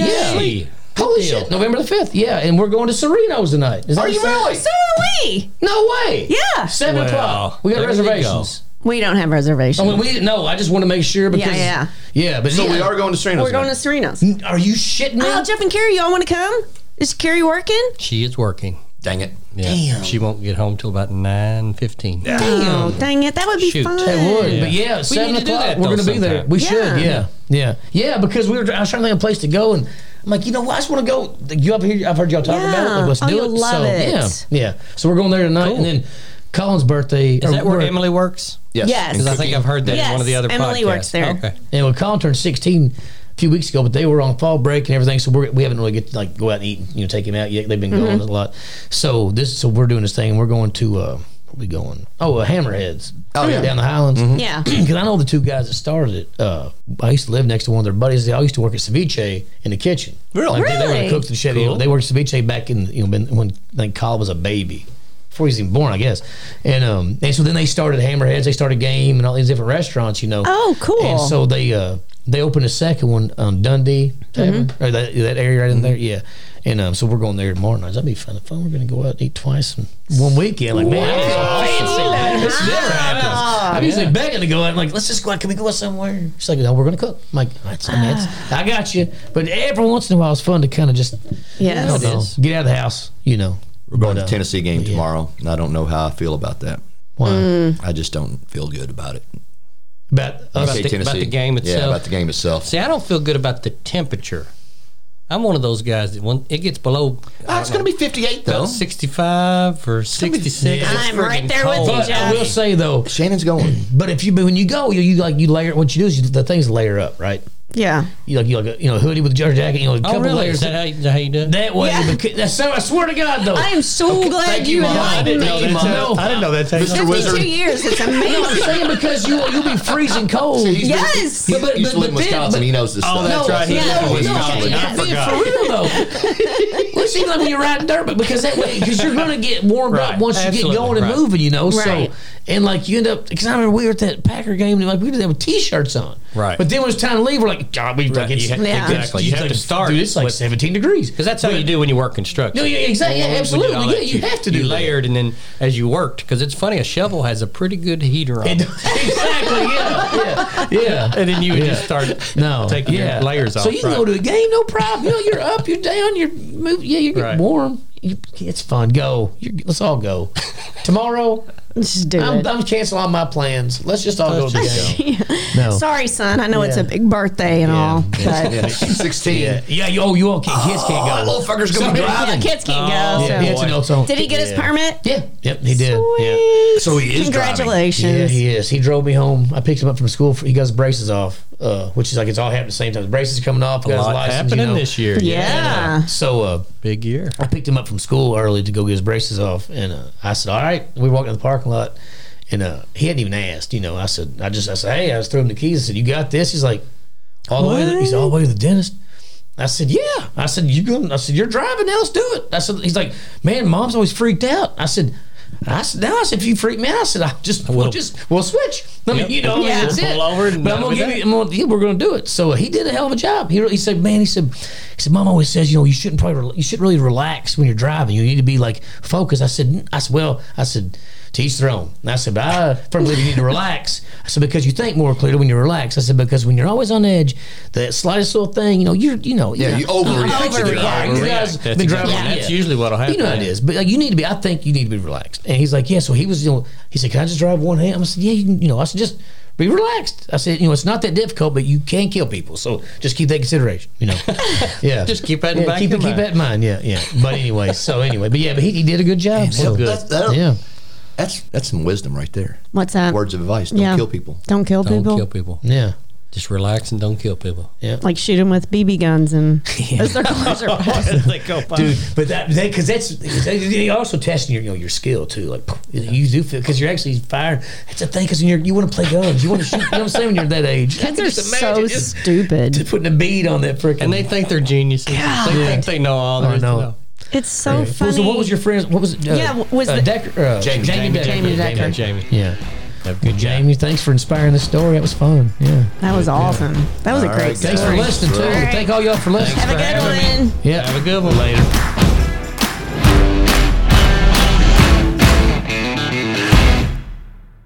[SPEAKER 2] Yeah. Holy shit! November the fifth. Yeah, and we're going to Sereno's tonight. Is that
[SPEAKER 3] Are
[SPEAKER 2] the
[SPEAKER 3] you
[SPEAKER 2] same-
[SPEAKER 3] really?
[SPEAKER 1] So are we.
[SPEAKER 2] No way.
[SPEAKER 1] Yeah.
[SPEAKER 2] Seven
[SPEAKER 4] Well,
[SPEAKER 2] o'clock. We got
[SPEAKER 4] there you go.
[SPEAKER 2] reservations.
[SPEAKER 1] We don't have
[SPEAKER 2] I
[SPEAKER 1] reservations.
[SPEAKER 2] mean, Oh, we no. I just want to make sure because
[SPEAKER 1] yeah.
[SPEAKER 2] yeah, But
[SPEAKER 3] So
[SPEAKER 2] yeah.
[SPEAKER 3] we are going to Sereno's.
[SPEAKER 1] We're going to
[SPEAKER 3] now.
[SPEAKER 1] Serena's.
[SPEAKER 2] Are you shitting me?
[SPEAKER 1] Oh, Jeff and Carrie, y'all want to come? Is Carrie working?
[SPEAKER 4] She is working.
[SPEAKER 3] Dang it.
[SPEAKER 4] Yeah.
[SPEAKER 2] Damn.
[SPEAKER 4] She won't get home till about nine fifteen.
[SPEAKER 1] Oh, dang it. That would be
[SPEAKER 4] Shoot.
[SPEAKER 1] fun.
[SPEAKER 2] It would, but
[SPEAKER 4] Yeah.
[SPEAKER 2] yeah, seven
[SPEAKER 4] need to do
[SPEAKER 2] o'clock.
[SPEAKER 4] that,
[SPEAKER 2] we're
[SPEAKER 4] though,
[SPEAKER 2] going to be there.
[SPEAKER 4] sometime.
[SPEAKER 2] We
[SPEAKER 1] Yeah.
[SPEAKER 2] should. Yeah, yeah, yeah. Because we were. I was trying to think of a place to go, and I'm like, you know, what? I just want to go. You up here? I've heard y'all talk about it.
[SPEAKER 1] Yeah.
[SPEAKER 2] Like, let's
[SPEAKER 1] Oh,
[SPEAKER 2] do
[SPEAKER 1] you'll
[SPEAKER 2] it.
[SPEAKER 1] love
[SPEAKER 2] so,
[SPEAKER 1] it.
[SPEAKER 2] Yeah, yeah. So we're going there tonight, and then Colin's birthday.
[SPEAKER 4] Is that where Emily works?
[SPEAKER 3] Yes.
[SPEAKER 1] Yes.
[SPEAKER 3] And
[SPEAKER 4] Because I think I've heard that in one of the
[SPEAKER 1] Yes,
[SPEAKER 4] other
[SPEAKER 1] Emily
[SPEAKER 4] podcasts.
[SPEAKER 1] works there.
[SPEAKER 4] Okay.
[SPEAKER 2] And when Colin turned 16 a few weeks ago, but they were on fall break and everything, so we're, we haven't really get to like go out and eat, and, you know, take him out yet. They've been going
[SPEAKER 4] Mm-hmm.
[SPEAKER 2] a lot. So this, so we're doing this thing, and we're going to. uh where we going? Oh, uh, Hammerheads.
[SPEAKER 3] Oh, yeah.
[SPEAKER 2] down the Highlands.
[SPEAKER 1] Yeah.
[SPEAKER 2] because I know the two guys that started it. Uh, I used to live next to one of their buddies. They all used to work at ceviche in the kitchen.
[SPEAKER 3] Really?
[SPEAKER 2] Like, they- They, were
[SPEAKER 1] Really?
[SPEAKER 2] the cooks and chef. You know, They worked ceviche back in you know when, when I think Kyle was a baby. Before he was even born, I guess, and um, and so then they started Hammerheads, they started Game, and all these different restaurants, you know.
[SPEAKER 1] Oh, cool.
[SPEAKER 2] And so they uh, they opened a second one on Dundee, Tavern,
[SPEAKER 1] Mm-hmm.
[SPEAKER 2] or that, that area right in there, yeah. And um, so we're going there tomorrow night. That'd be fun. Fun. We're gonna go out and eat twice in one weekend. Like man, I feel fancy. now. This never happens. I'm usually begging to go out. I'm like, let's just go out. Can we go out somewhere? She's like, no, we're gonna cook. I'm like, that's, I, mean, that's, I got you. But every once in a while, it's fun to kind of just I
[SPEAKER 1] Yes.
[SPEAKER 2] don't know, get out of the house. You know,
[SPEAKER 3] We're going to
[SPEAKER 2] But, uh,
[SPEAKER 3] Tennessee game tomorrow, and I don't know how I feel about that.
[SPEAKER 2] Why?
[SPEAKER 1] Mm.
[SPEAKER 3] I just don't feel good about it.
[SPEAKER 2] About us.
[SPEAKER 3] Say
[SPEAKER 4] the- about the game
[SPEAKER 3] Yeah,
[SPEAKER 4] itself.
[SPEAKER 3] about the game itself.
[SPEAKER 4] See, I don't feel good about the temperature. I'm one of those guys that when it gets below
[SPEAKER 3] Ah, it's going to be 58
[SPEAKER 4] about
[SPEAKER 3] though.
[SPEAKER 4] 65 or 66, it's
[SPEAKER 1] I'm right
[SPEAKER 4] friggin'
[SPEAKER 1] there with
[SPEAKER 4] cold. uh,
[SPEAKER 1] you,
[SPEAKER 2] but I
[SPEAKER 1] Jeff.
[SPEAKER 2] will say though,
[SPEAKER 3] Shannon's going.
[SPEAKER 2] But if you but when you go, you, you like you layer what you do is you, the things layer up, right?
[SPEAKER 1] yeah.
[SPEAKER 2] You like you like a, you know hoodie with a jersey jacket, you know a couple
[SPEAKER 4] Oh, really?
[SPEAKER 2] layers
[SPEAKER 4] Is that
[SPEAKER 2] that,
[SPEAKER 4] how, is that how you do it?
[SPEAKER 2] way.
[SPEAKER 1] Yeah.
[SPEAKER 2] Because, that's so, I swear to God though,
[SPEAKER 1] I am so glad
[SPEAKER 2] Oh. thank
[SPEAKER 1] you
[SPEAKER 2] you, Mom. I
[SPEAKER 1] enlightened
[SPEAKER 2] didn't know
[SPEAKER 1] me.
[SPEAKER 2] that. No.
[SPEAKER 4] I didn't know that.
[SPEAKER 3] Mr. Wizard.
[SPEAKER 1] 52 years. It's
[SPEAKER 2] I'm
[SPEAKER 1] amazing.
[SPEAKER 2] saying because you you'll be freezing cold.
[SPEAKER 3] He's been-
[SPEAKER 1] Yes.
[SPEAKER 3] he-
[SPEAKER 2] But- but-
[SPEAKER 3] he used to
[SPEAKER 2] but
[SPEAKER 3] live in
[SPEAKER 2] then-
[SPEAKER 3] Wisconsin.
[SPEAKER 2] but-
[SPEAKER 3] he knows this
[SPEAKER 4] Oh,
[SPEAKER 3] stuff.
[SPEAKER 4] that's right. He
[SPEAKER 2] No,
[SPEAKER 4] lived in
[SPEAKER 2] no,
[SPEAKER 4] Wisconsin.
[SPEAKER 2] no,
[SPEAKER 4] I
[SPEAKER 2] I'm being
[SPEAKER 4] forgot.
[SPEAKER 2] for real though. it seems like when you're riding dirt, but because that way, because you're going to get warmed up
[SPEAKER 4] Right.
[SPEAKER 2] once you
[SPEAKER 4] Absolutely.
[SPEAKER 2] get going and
[SPEAKER 4] Right.
[SPEAKER 2] moving, you know.
[SPEAKER 1] Right.
[SPEAKER 2] So and like you end up because I remember we were at that Packer game, and like we didn't have t-shirts on,
[SPEAKER 4] Right.
[SPEAKER 2] But then when it's time to leave, we're like, God, we
[SPEAKER 4] Right.
[SPEAKER 2] think it's
[SPEAKER 4] You ha-
[SPEAKER 1] Yeah.
[SPEAKER 4] Exactly. You
[SPEAKER 2] it's
[SPEAKER 4] have
[SPEAKER 2] like,
[SPEAKER 4] to start
[SPEAKER 2] Dude, it's like
[SPEAKER 4] with-
[SPEAKER 2] 17 degrees.
[SPEAKER 4] Because that's how you do when you work construction.
[SPEAKER 2] No, yeah, exactly. Yeah,
[SPEAKER 4] Well, we did
[SPEAKER 2] absolutely.
[SPEAKER 4] all
[SPEAKER 2] Yeah,
[SPEAKER 4] that.
[SPEAKER 2] you have to do
[SPEAKER 4] you
[SPEAKER 2] that.
[SPEAKER 4] layered, and then as you worked, because it's funny, a shovel has a pretty good heater on,
[SPEAKER 2] It-
[SPEAKER 4] it.
[SPEAKER 2] exactly. Yeah. Yeah. Yeah.
[SPEAKER 4] and then you would just start
[SPEAKER 2] no,
[SPEAKER 4] taking your layers off.
[SPEAKER 2] So you can
[SPEAKER 4] right.
[SPEAKER 2] go to a game, no problem. You know, you're up, you're down, you're move. Yeah, you're getting
[SPEAKER 4] Right.
[SPEAKER 2] warm. You, it's fun. Go. You're, let's all go. Tomorrow,
[SPEAKER 1] Just do
[SPEAKER 2] I'm,
[SPEAKER 1] it.
[SPEAKER 2] I'm canceling all my plans. Let's just all go to the game. No.
[SPEAKER 1] Sorry, son. I know it's
[SPEAKER 2] Yeah.
[SPEAKER 1] a big birthday and all, but
[SPEAKER 3] Yeah, 16.
[SPEAKER 2] Yeah. Yeah. You, oh, you all can't. Kids can't
[SPEAKER 3] Oh,
[SPEAKER 2] go.
[SPEAKER 3] that little fucker's going to be
[SPEAKER 2] Sorry.
[SPEAKER 1] yeah,
[SPEAKER 3] driving.
[SPEAKER 1] kids can't go.
[SPEAKER 4] Oh,
[SPEAKER 1] so.
[SPEAKER 2] Yeah, it's an
[SPEAKER 4] boy.
[SPEAKER 2] old song.
[SPEAKER 1] Did he get his
[SPEAKER 2] Yeah.
[SPEAKER 1] permit?
[SPEAKER 2] Yeah. Yep, he did. Yeah.
[SPEAKER 1] Sweet.
[SPEAKER 3] So he is driving.
[SPEAKER 1] Congratulations.
[SPEAKER 2] Yeah, he is. He drove me home. I picked him up from school. For, he got his braces off, uh, which is like it's all happened at the same time. The braces coming off. Got
[SPEAKER 4] A
[SPEAKER 2] his
[SPEAKER 4] lot
[SPEAKER 2] license,
[SPEAKER 4] happening
[SPEAKER 2] you know.
[SPEAKER 4] this year.
[SPEAKER 1] Yeah.
[SPEAKER 2] So uh,
[SPEAKER 4] Big year.
[SPEAKER 2] I picked him up from school early to go get his braces off, and uh, I said, "All right." We walked in the parking lot, and uh, he hadn't even asked. You know, I said, "I just," I said, "Hey," I just threw him the keys. I said, "You got this?" He's like, "All the way." To, he's all the way to the dentist. I said, "Yeah." I said, "You going?" I said, "You're driving now. Let's do it." I said, "He's like, man, mom's always freaked out." I said. I said, no, I said, if you freak me out, I said, I just, we'll just, we'll switch. I mean,
[SPEAKER 4] Yep.
[SPEAKER 2] you know,
[SPEAKER 1] Yeah.
[SPEAKER 2] that's
[SPEAKER 4] We'll
[SPEAKER 2] it.
[SPEAKER 4] pull over and
[SPEAKER 2] but I'm
[SPEAKER 4] that'll
[SPEAKER 2] gonna
[SPEAKER 4] be
[SPEAKER 2] give
[SPEAKER 4] that.
[SPEAKER 2] you, I'm gonna- yeah, we're going to do it. So he did a hell of a job. He, he said, man, he said, he said, Mom always says, you know, you shouldn't probably, rel- you should really relax when you're driving. You need to be like focused. I said, "N- I said, well, I said, to each their own. And I said, but I firmly believe you need to relax. I said because you think more clearly when you relax. I said because when you're always on edge, the slightest little thing, you know, you're, you know,
[SPEAKER 3] Yeah, you overreact.
[SPEAKER 2] You
[SPEAKER 1] Overreact.
[SPEAKER 2] You guys
[SPEAKER 4] That's
[SPEAKER 2] been
[SPEAKER 4] exactly-
[SPEAKER 2] driving.
[SPEAKER 4] that's usually what'll happen.
[SPEAKER 2] You know how it is, but like you need to be. I think you need to be relaxed. And he's like, yeah. So he was, you know, he said, can I just drive one hand? I said, yeah, you, can, you know, I said just be relaxed. I said, you know, it's not that difficult, but you can kill people, so just keep that consideration. You know, yeah.
[SPEAKER 4] Just keep that in
[SPEAKER 2] Yeah,
[SPEAKER 4] back
[SPEAKER 2] keep,
[SPEAKER 4] of your
[SPEAKER 2] keep
[SPEAKER 4] mind.
[SPEAKER 2] that in mind. Yeah, yeah. But anyway, so anyway, but yeah, but he, he did a good job. so
[SPEAKER 3] That- that- that'll-
[SPEAKER 2] Yeah.
[SPEAKER 3] That's that's some wisdom right there.
[SPEAKER 1] What's that?
[SPEAKER 3] Words of advice: Don't
[SPEAKER 1] Yeah.
[SPEAKER 3] kill people.
[SPEAKER 1] Don't kill
[SPEAKER 4] Don't
[SPEAKER 1] people.
[SPEAKER 4] kill people.
[SPEAKER 2] Yeah.
[SPEAKER 4] Just relax and don't kill people.
[SPEAKER 1] Like shoot them with BB guns and as their cars are passing.
[SPEAKER 2] dude. But that because that's they are also testing your you know your skill too. Like you do feel because you're actually firing. That's the thing because you're you want to play guns, you want to shoot. You know what I'm saying? When you're that age,
[SPEAKER 1] Kids are
[SPEAKER 2] Just
[SPEAKER 1] so
[SPEAKER 2] imagine just
[SPEAKER 1] stupid.
[SPEAKER 2] putting a bead on that freaking.
[SPEAKER 4] And they think they're geniuses. They think they know all there
[SPEAKER 2] I
[SPEAKER 4] is to
[SPEAKER 2] know.
[SPEAKER 4] know.
[SPEAKER 1] It's so
[SPEAKER 2] Well,
[SPEAKER 1] Oh, funny.
[SPEAKER 2] so what was your friend's? What was it? Uh,
[SPEAKER 1] Yeah, w- was
[SPEAKER 2] uh,
[SPEAKER 1] the-
[SPEAKER 2] Decker? Uh,
[SPEAKER 3] Jamie.
[SPEAKER 2] Jamie, Decker.
[SPEAKER 1] Jamie Decker.
[SPEAKER 4] Hey, Jamie.
[SPEAKER 2] Yeah. Good, Jamie. Thanks for inspiring the story. That was fun. Yeah.
[SPEAKER 1] That was awesome. That was a
[SPEAKER 3] All
[SPEAKER 1] great
[SPEAKER 3] right, guys.
[SPEAKER 1] story.
[SPEAKER 2] Thanks for listening too.
[SPEAKER 1] All right.
[SPEAKER 2] Thank all y'all for listening.
[SPEAKER 1] Have a good one.
[SPEAKER 2] Yeah.
[SPEAKER 4] Have a good one later.